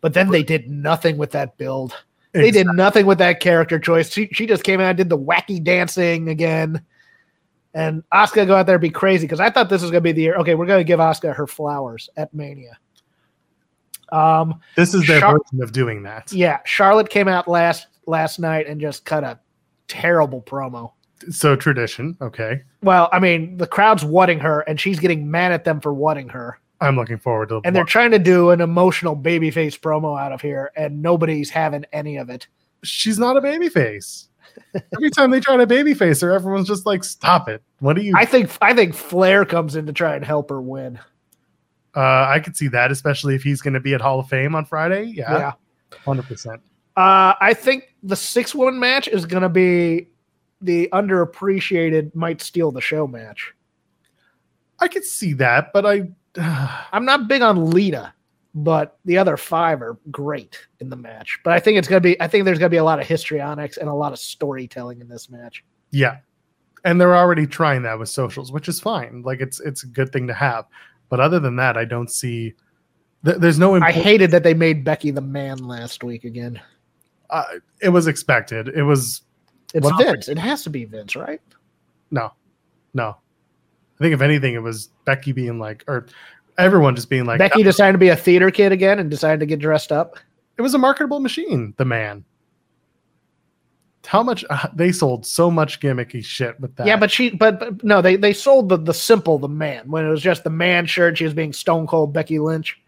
Speaker 2: but then they did nothing with that build. They did nothing with that character choice. She, she just came out and did the wacky dancing again. And Asuka go out there and be crazy because I thought this was going to be the year. Okay, we're going to give Asuka her flowers at Mania. Um,
Speaker 1: This is their
Speaker 2: Char-
Speaker 1: version of doing that.
Speaker 2: yeah, Charlotte came out last last night and just cut a terrible promo.
Speaker 1: So tradition, okay.
Speaker 2: Well, I mean, the crowd's wanting her, and she's getting mad at them for wanting her.
Speaker 1: I'm looking forward to.
Speaker 2: And they're trying to do an emotional babyface promo out of here, and nobody's having any of it.
Speaker 1: She's not a baby face. Every time they try to baby face her, everyone's just like, "Stop it! What are you?"
Speaker 2: I
Speaker 1: I,
Speaker 2: think I think Flair comes in to try and help her win.
Speaker 1: uh, I could see that, especially if he's going to be at Hall of Fame on Friday. Yeah,
Speaker 2: yeah.
Speaker 1: hundred percent.
Speaker 2: Uh, I think the six woman match is going to be the underappreciated might steal the show match.
Speaker 1: I could see that, but I.
Speaker 2: I'm not big on Lita, but the other five are great in the match. But I think it's going to be, I think there's going to be a lot of histrionics and a lot of storytelling in this match.
Speaker 1: Yeah. And they're already trying that with socials, which is fine. Like it's it's a good thing to have. But other than that, I don't see th- there's no
Speaker 2: I
Speaker 1: import-
Speaker 2: hated that they made Becky the man last week again.
Speaker 1: uh, it was expected. It was
Speaker 2: It's
Speaker 1: Well-
Speaker 2: Vince. It has to be Vince, right?
Speaker 1: no. No. I think if anything it was Becky being like or everyone just being like "Oh, uh,
Speaker 2: Becky decided to be a theater kid again and decided to get dressed up.
Speaker 1: it was a marketable machine, the man. How much uh, they sold so much gimmicky shit with that.
Speaker 2: Yeah, but she, but, but no, they they sold the the simple the man when it was just the man shirt. She was being Stone Cold Becky Lynch,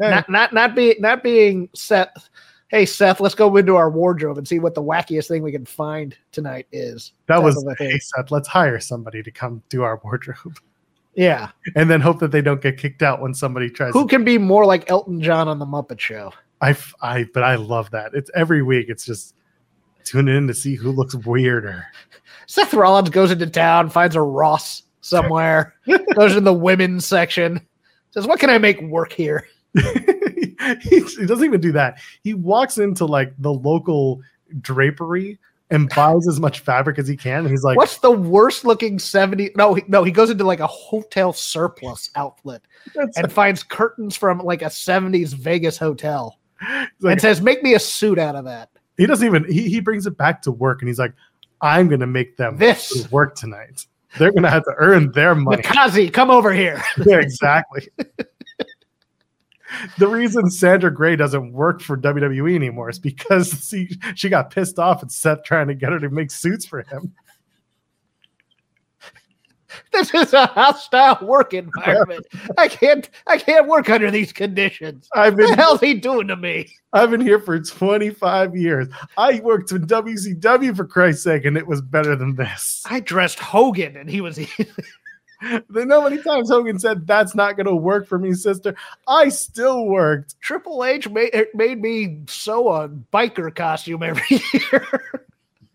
Speaker 1: Yeah.
Speaker 2: not not not being not being Seth. Hey Seth, let's go into our wardrobe and see what the wackiest thing we can find tonight is.
Speaker 1: that
Speaker 2: type
Speaker 1: was
Speaker 2: of a thing.
Speaker 1: hey Seth, let's hire somebody to come do our wardrobe,
Speaker 2: yeah.
Speaker 1: and then hope that they don't get kicked out when somebody tries. to
Speaker 2: Who can be more like Elton John on the Muppet Show?
Speaker 1: I, f- I, but I love that. It's every week. It's just tune in to see who looks weirder.
Speaker 2: Seth Rollins goes into town, finds a Ross somewhere, goes in the women's section, says, "What can I make work here?"
Speaker 1: he, he doesn't even do that. He walks into like the local drapery and buys as much fabric as he can. And he's like,
Speaker 2: What's the worst looking 70? No, he, no, he goes into like a hotel surplus outlet
Speaker 1: "That's-
Speaker 2: and finds curtains from like a 70s Vegas hotel
Speaker 1: he's
Speaker 2: and
Speaker 1: like,
Speaker 2: says, Make me a suit out of that.
Speaker 1: he doesn't even he, he brings it back to work and he's like, I'm gonna make them
Speaker 2: This,
Speaker 1: work tonight. They're gonna have to earn their money.
Speaker 2: Mikazi, come over here.
Speaker 1: yeah, exactly. the reason Sandra Gray doesn't work for WWE anymore is because she, she got pissed off at Seth trying to get her to make suits for him.
Speaker 2: This is a hostile work environment. I can't, I can't work under these conditions.
Speaker 1: I've
Speaker 2: What the
Speaker 1: been
Speaker 2: hell's he doing to me?
Speaker 1: I've been here for 25 years. I worked in WCW for Christ's sake, and it was better than this.
Speaker 2: I dressed Hogan and he was
Speaker 1: They know how many times Hogan said that's not gonna work for me, sister. I still worked.
Speaker 2: Triple H made made me sew a biker costume every year.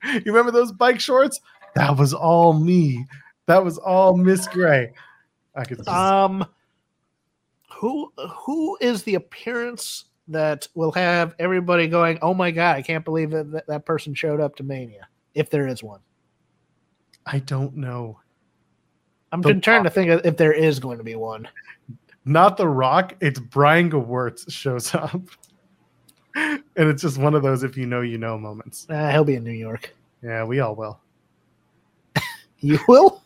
Speaker 1: You remember those bike shorts? That was all me. That was all Miss Gray. I could just-
Speaker 2: Um, who who is the appearance that will have everybody going? Oh my god, I can't believe that that, that person showed up to Mania, if there is one.
Speaker 1: I don't know.
Speaker 2: I'm
Speaker 1: The
Speaker 2: just trying to think of if there is going to be one.
Speaker 1: Not The Rock, it's Brian Gewurz shows up. and it's just one of those if you know, you know moments.
Speaker 2: Uh, he'll be in New York.
Speaker 1: Yeah, we all will.
Speaker 2: You will?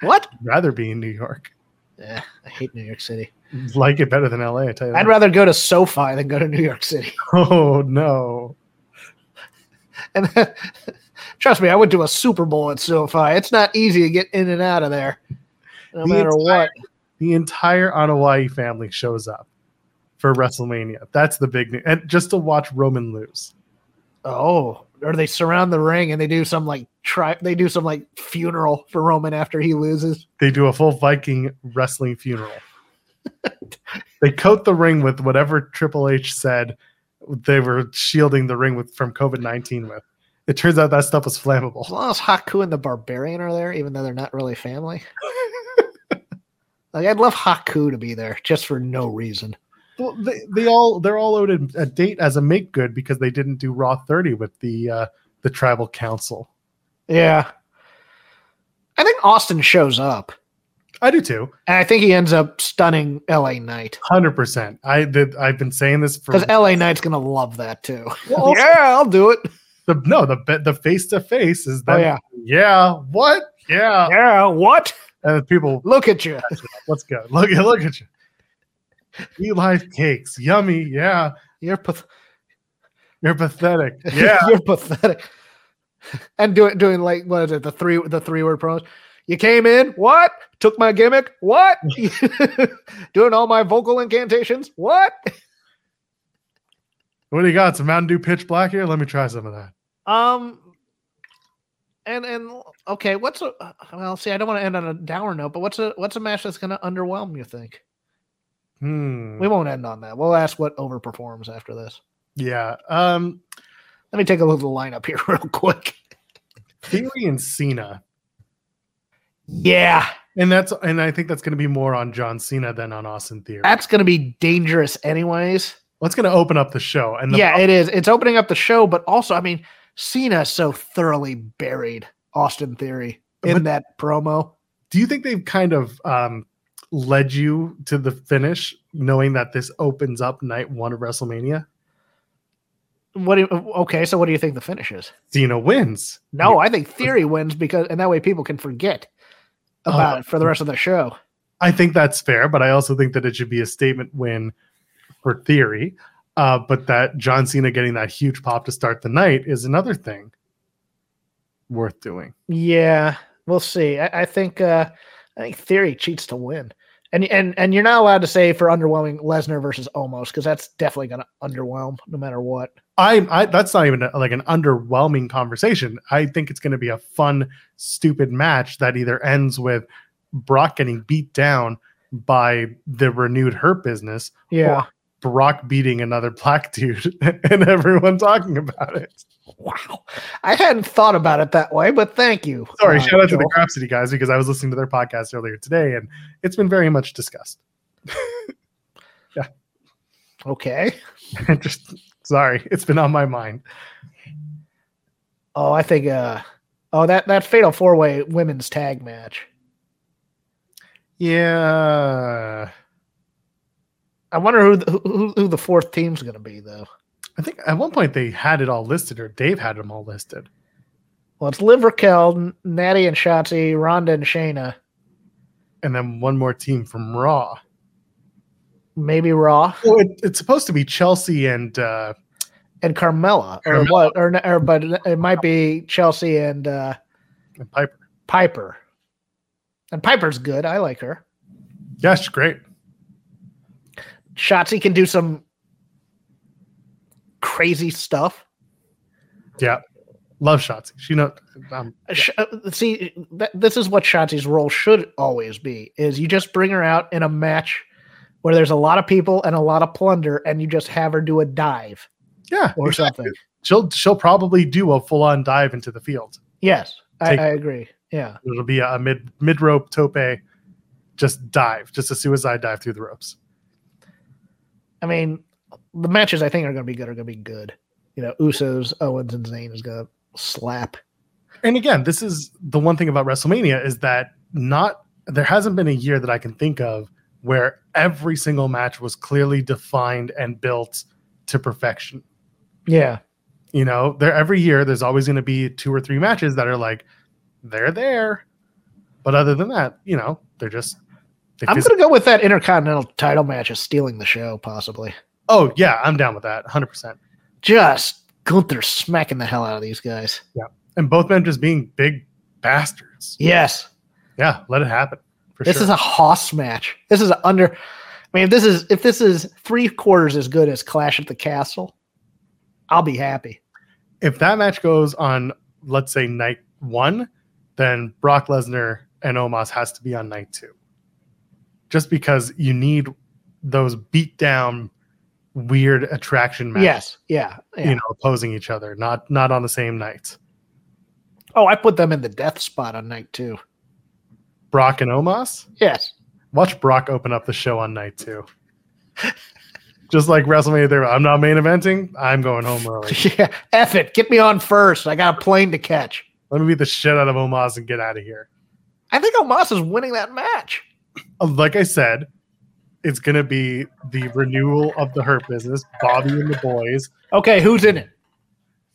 Speaker 2: what?
Speaker 1: Rather be in New York.
Speaker 2: Yeah, I hate New York City.
Speaker 1: Like it better than LA, I tell you.
Speaker 2: I'd
Speaker 1: that.
Speaker 2: rather go to SoFi than go to New York City.
Speaker 1: oh no.
Speaker 2: And trust me, I went to a Super Bowl at SoFi. It's not easy to get in and out of there, no
Speaker 1: The
Speaker 2: matter what.
Speaker 1: the entire Anawai family shows up for WrestleMania. That's the big news. And just to watch Roman lose.
Speaker 2: Oh, or they surround the ring and they do some like try they do some like funeral for Roman after he loses.
Speaker 1: They do a full Viking wrestling funeral. they coat the ring with whatever Triple H said they were shielding the ring with from COVID 19 with. It turns out that stuff was
Speaker 2: As
Speaker 1: flammable.
Speaker 2: long as Haku and the Barbarian are there, even though they're not really family. like I'd love Haku to be there just for no reason.
Speaker 1: Well, they, they all they're all owed a, a date as a make good because they didn't do Raw 30 with the uh, the tribal council.
Speaker 2: Yeah. I think Austin shows up.
Speaker 1: I do too.
Speaker 2: And I think he ends up stunning LA Knight.
Speaker 1: 100%. I did, I've been saying this for
Speaker 2: Because LA Knight's gonna love that too.
Speaker 1: Hmm. Well, also-
Speaker 2: yeah, I'll do it.
Speaker 1: The no, the be- the face to face is
Speaker 2: Oh
Speaker 1: that.
Speaker 2: yeah.
Speaker 1: yeah. What? Yeah.
Speaker 2: Yeah, what?
Speaker 1: And the people,
Speaker 2: Look at you.
Speaker 1: let's go. Look at look at you. We live cakes. Yummy. Yeah.
Speaker 2: You're path-
Speaker 1: You're pathetic. Yeah.
Speaker 2: you're pathetic. And doing doing like what is it? The three the three word promos. You came in, what? Took my gimmick, what? doing all my vocal incantations, what?
Speaker 1: what do you got? Some Mountain Dew pitch black here. Let me try some of that.
Speaker 2: Um. And and okay, what's a well? See, I don't want to end on a dour note, but what's a what's a match that's going to underwhelm? You think
Speaker 1: Hmm.
Speaker 2: we won't end on that? We'll ask what overperforms after this.
Speaker 1: Yeah. Um.
Speaker 2: Let me take a look at the lineup here real quick.
Speaker 1: Theory and Cena,
Speaker 2: Yeah,
Speaker 1: and that's and I think that's going to be more on John Cena than on Austin Theory.
Speaker 2: that's going to be dangerous, anyways.
Speaker 1: What's going to open up the show? And the,
Speaker 2: yeah, it is. It's opening up the show, but also, I mean, Cena so thoroughly buried Austin Theory in
Speaker 1: But-
Speaker 2: that promo.
Speaker 1: do you think they've kind of um, led you to the finish knowing that this opens up night one of WrestleMania?
Speaker 2: What? Do you, okay, so what do you think the finish is?
Speaker 1: Cena wins.
Speaker 2: No, I think Theory wins because, and that way people can forget about
Speaker 1: Uh,
Speaker 2: it for the rest of the show.
Speaker 1: I think that's fair, but I also think that it should be a statement win for Theory. Uh, but that John Cena getting that huge pop to start the night is another thing worth doing.
Speaker 2: Yeah, we'll see. I, I think uh I think Theory cheats to win. And, and and you're not allowed to say for underwhelming Lesnar versus Almost because that's definitely going to underwhelm no matter what.
Speaker 1: I, I that's not even a, like an underwhelming conversation. I think it's going to be a fun, stupid match that either ends with Brock getting beat down by the renewed hurt business,
Speaker 2: Yeah.
Speaker 1: Brock beating another black dude, and everyone talking about it.
Speaker 2: Wow. I hadn't thought about it that way, but thank you.
Speaker 1: Sorry,
Speaker 2: uh,
Speaker 1: shout out to
Speaker 2: Joel.
Speaker 1: the Grapsity guys because I was listening to their podcast earlier today, and it's been very much discussed.
Speaker 2: Okay.
Speaker 1: Just sorry, it's been on my mind.
Speaker 2: Oh, I think uh oh that that fatal four way women's tag match.
Speaker 1: Yeah.
Speaker 2: I wonder who the, who, who the fourth team's going to be though.
Speaker 1: I think at one point they had it all listed, or Dave had them all listed.
Speaker 2: Well, it's Liv Raquel, Natty and Shotzi, Ronda and Shayna,
Speaker 1: And then one more team from Raw.
Speaker 2: maybe Raw
Speaker 1: Oh, it, it's supposed to be Chelsea and uh,
Speaker 2: and Carmella, or
Speaker 1: Carmella.
Speaker 2: what? Or, or but it might be Chelsea and uh,
Speaker 1: and Piper.
Speaker 2: Piper. And Piper's good. I like her.
Speaker 1: Yes, great.
Speaker 2: Shotzi can do some crazy stuff.
Speaker 1: Yeah. Love Shotzi. She know um,
Speaker 2: Sh- uh, See, th- this is what Shotzi's role should always be: is you just bring her out in a match where there's a lot of people and a lot of plunder, and you just have her do a dive
Speaker 1: yeah.
Speaker 2: or
Speaker 1: exactly.
Speaker 2: something.
Speaker 1: She'll she'll probably do a full on dive into the field.
Speaker 2: Yes, I,
Speaker 1: Take-
Speaker 2: I agree. Yeah,
Speaker 1: It'll be a mid mid rope tope just dive, just a suicide dive through the ropes.
Speaker 2: I mean, the matches I think are going to be good. Are going to be good. You know, Usos, Owens, and Zayn is going to slap.
Speaker 1: and again, this is the one thing about WrestleMania is that not there hasn't been a year that I can think of where every single match was clearly defined and built to perfection.
Speaker 2: Yeah,
Speaker 1: You know, there every year there's always going to be two or three matches that are like they're there, but other than that, you know, they're just. They
Speaker 2: I'm
Speaker 1: phys-
Speaker 2: going to go with that Intercontinental Title match is stealing the show, possibly.
Speaker 1: oh yeah, I'm down with that, hundred percent.
Speaker 2: Just Gunther smacking the hell out of these guys.
Speaker 1: And both men just being big bastards.
Speaker 2: Yes.
Speaker 1: Yeah, let it happen. For
Speaker 2: This
Speaker 1: sure.
Speaker 2: is a hoss match. This is a under. I mean, if this is if this is three quarters as good as Clash at the Castle, I'll be happy.
Speaker 1: if that match goes on, let's say night one, then Brock Lesnar and Omos has to be on night two, just because you need those beat down, weird attraction matches,
Speaker 2: Yes, yeah. yeah.
Speaker 1: you know, opposing each other, not not on the same night.
Speaker 2: Oh, I put them in the death spot on night two.
Speaker 1: Brock and Omos,
Speaker 2: Yes,
Speaker 1: watch Brock open up the show on night two. Just like WrestleMania, there. I'm not main eventing. I'm going home early.
Speaker 2: yeah. F it, get me on first. I got a plane to catch.
Speaker 1: Let me beat the shit out of Omos and get out of here.
Speaker 2: I think Omos is winning that match.
Speaker 1: like I said, it's gonna be the renewal of the Hurt Business, Bobby and the boys.
Speaker 2: Okay, who's in it?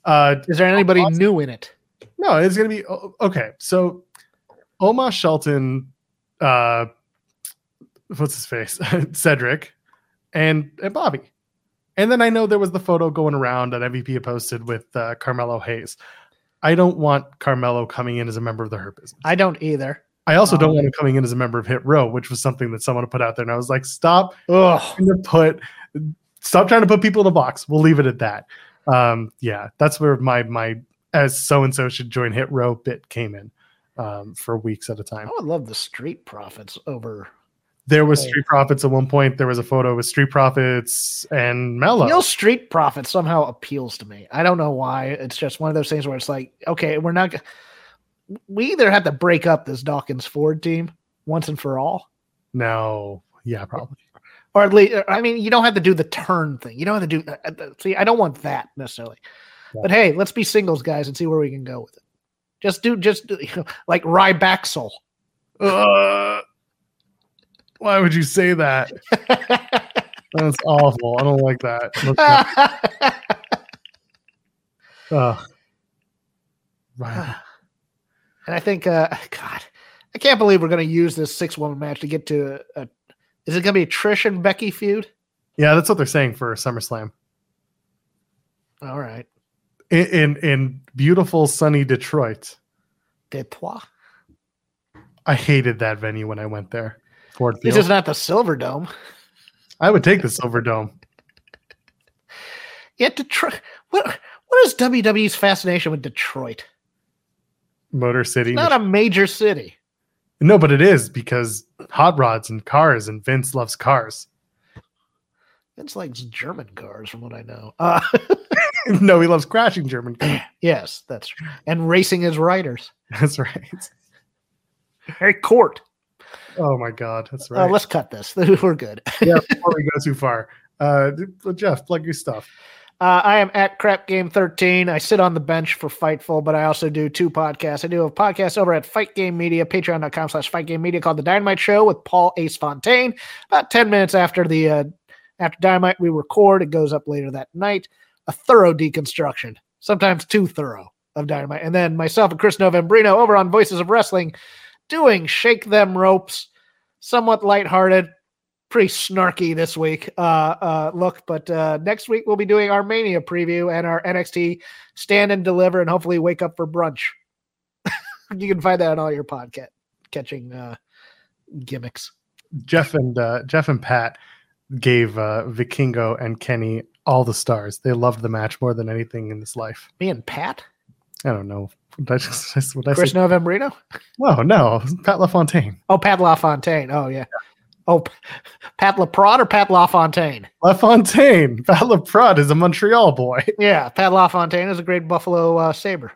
Speaker 1: Uh,
Speaker 2: Is there anybody
Speaker 1: Omos?
Speaker 2: new in it?
Speaker 1: no, it's gonna be o- okay. So, Omar Shelton, uh, what's his face, Cedric, and, and Bobby, and then I know there was the photo going around that MVP had posted with uh, Carmelo Hayes. I don't want Carmelo coming in as a member of the Hurt Business.
Speaker 2: I don't either.
Speaker 1: I also don't
Speaker 2: Um,
Speaker 1: want him coming in as a member of Hit Row, which was something that someone put out there, and I was like, stop
Speaker 2: Ugh.
Speaker 1: trying to put stop trying to put people in a box. We'll leave it at that. Um, yeah, that's where my my as so and so should join hit row bit came in um, for weeks at a
Speaker 2: I
Speaker 1: time.
Speaker 2: would love the Street Profits over.
Speaker 1: There was
Speaker 2: Okay.
Speaker 1: Street Profits at one point. There was a photo with Street Profits and Mello.
Speaker 2: You know, Street Profit somehow appeals to me. I don't know why. It's just one of those things where it's like, okay, we're not. g- We either have to break up this Dawkins Ford team once and for all,
Speaker 1: No, yeah, probably.
Speaker 2: or at least, I mean, you don't have to do the turn thing. You don't have to do. uh, uh, See, I don't want that necessarily.
Speaker 1: Yeah.
Speaker 2: But hey, let's be singles, guys, and see where we can go with it. Just do, just do, you know, like Rybacksel.
Speaker 1: Uh, why would you say that? That's awful. I don't like that. Let's not- Ugh. Right.
Speaker 2: And I think, uh, God, I can't believe we're going to use this six woman match to get to a. Is it going to be a Trish and Becky feud?
Speaker 1: Yeah, that's what they're saying for SummerSlam.
Speaker 2: All right.
Speaker 1: in in, in beautiful sunny Detroit.
Speaker 2: Detroit.
Speaker 1: I hated that venue when I went there. Ford
Speaker 2: This
Speaker 1: Field.
Speaker 2: is not the Silver Dome.
Speaker 1: I would take the Silver Dome.
Speaker 2: Yeah, Detroit. What, what is WWE's fascination with Detroit?
Speaker 1: Motor City.
Speaker 2: Not a major city.
Speaker 1: no, but it is because hot rods and cars and Vince loves cars.
Speaker 2: It's like German cars, from what I know. Uh,
Speaker 1: no, he loves crashing German cars.
Speaker 2: yes, that's true. And racing his riders.
Speaker 1: That's right.
Speaker 2: Hey, Court.
Speaker 1: Oh my god, that's
Speaker 2: Uh,
Speaker 1: right.
Speaker 2: let's cut this. We're good.
Speaker 1: yeah, before we go too far. Uh, Jeff, plug your stuff.
Speaker 2: Uh, I am at Crap Game 13. I sit on the bench for Fightful, but I also do two podcasts. I do a podcast over at Fight Game Media, patreon.com slash Fight Game Media called The Dynamite Show with Paul Ace Fontaine. About 10 minutes after the uh, after Dynamite, we record. It goes up later that night. A thorough deconstruction, sometimes too thorough, of Dynamite. And then myself and Chris Novembrino over on Voices of Wrestling doing Shake Them Ropes, somewhat lighthearted, pretty snarky this week. Uh, uh, look, but uh, next week we'll be doing our Mania preview and our NXT stand and deliver, and hopefully wake up for brunch. you can find that on all your podcast catching uh, gimmicks.
Speaker 1: Jeff and uh, Jeff and Pat gave uh, Vikingo and Kenny all the stars. They loved the match more than anything in this life.
Speaker 2: Me and Pat,
Speaker 1: I don't know. Did I just, just- what did I
Speaker 2: Chris
Speaker 1: say?
Speaker 2: Novembrino.
Speaker 1: No, no, Pat LaFontaine.
Speaker 2: Oh, Pat LaFontaine. Oh yeah. Oh, P- Pat LaPrade or Pat LaFontaine?
Speaker 1: LaFontaine. Pat LaPrade is a Montreal boy.
Speaker 2: Yeah, Pat LaFontaine is a great Buffalo uh, Saber.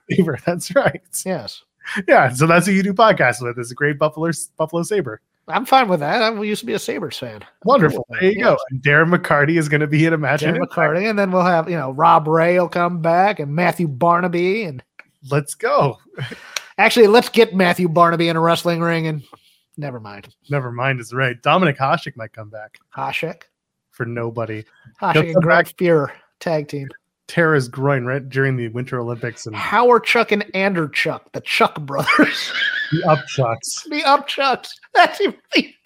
Speaker 1: That's right.
Speaker 2: Yes,
Speaker 1: Yeah, so that's who you do podcasts with. Is a great Buffalo Buffalo Saber.
Speaker 2: I'm fine with that. I used to be a Sabers fan.
Speaker 1: Wonderful. There you go. And Darren McCarty is going to be in a match.
Speaker 2: Jim McCarty, and then we'll have you know Rob Ray will come back, and Matthew Barnaby, and
Speaker 1: Let's go.
Speaker 2: actually let's get Matthew Barnaby in a wrestling ring, and never mind,
Speaker 1: Never mind is right. Dominic Hasek might come back
Speaker 2: Hashik,
Speaker 1: for nobody.
Speaker 2: Hashik and
Speaker 1: come
Speaker 2: Greg Fuhrer tag team,
Speaker 1: Tear his groin right during the Winter Olympics and
Speaker 2: Howard Chuck and Ander Chuck, the Chuck brothers,
Speaker 1: the upshots.
Speaker 2: the Upchucks. That's even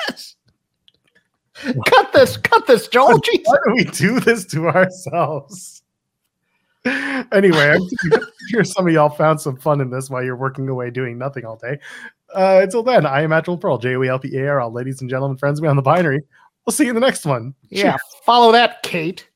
Speaker 2: yes. Cut this, cut this, Joel. Jesus.
Speaker 1: Why do we do this to ourselves? Anyway, I'm sure some of y'all found some fun in this while you're working away doing nothing all day. Uh, until then, I am Actual Pearl, J O E L P A R L. Ladies and gentlemen, friends, me on the binary. We'll see you in the next one.
Speaker 2: Yeah, follow that, Kate.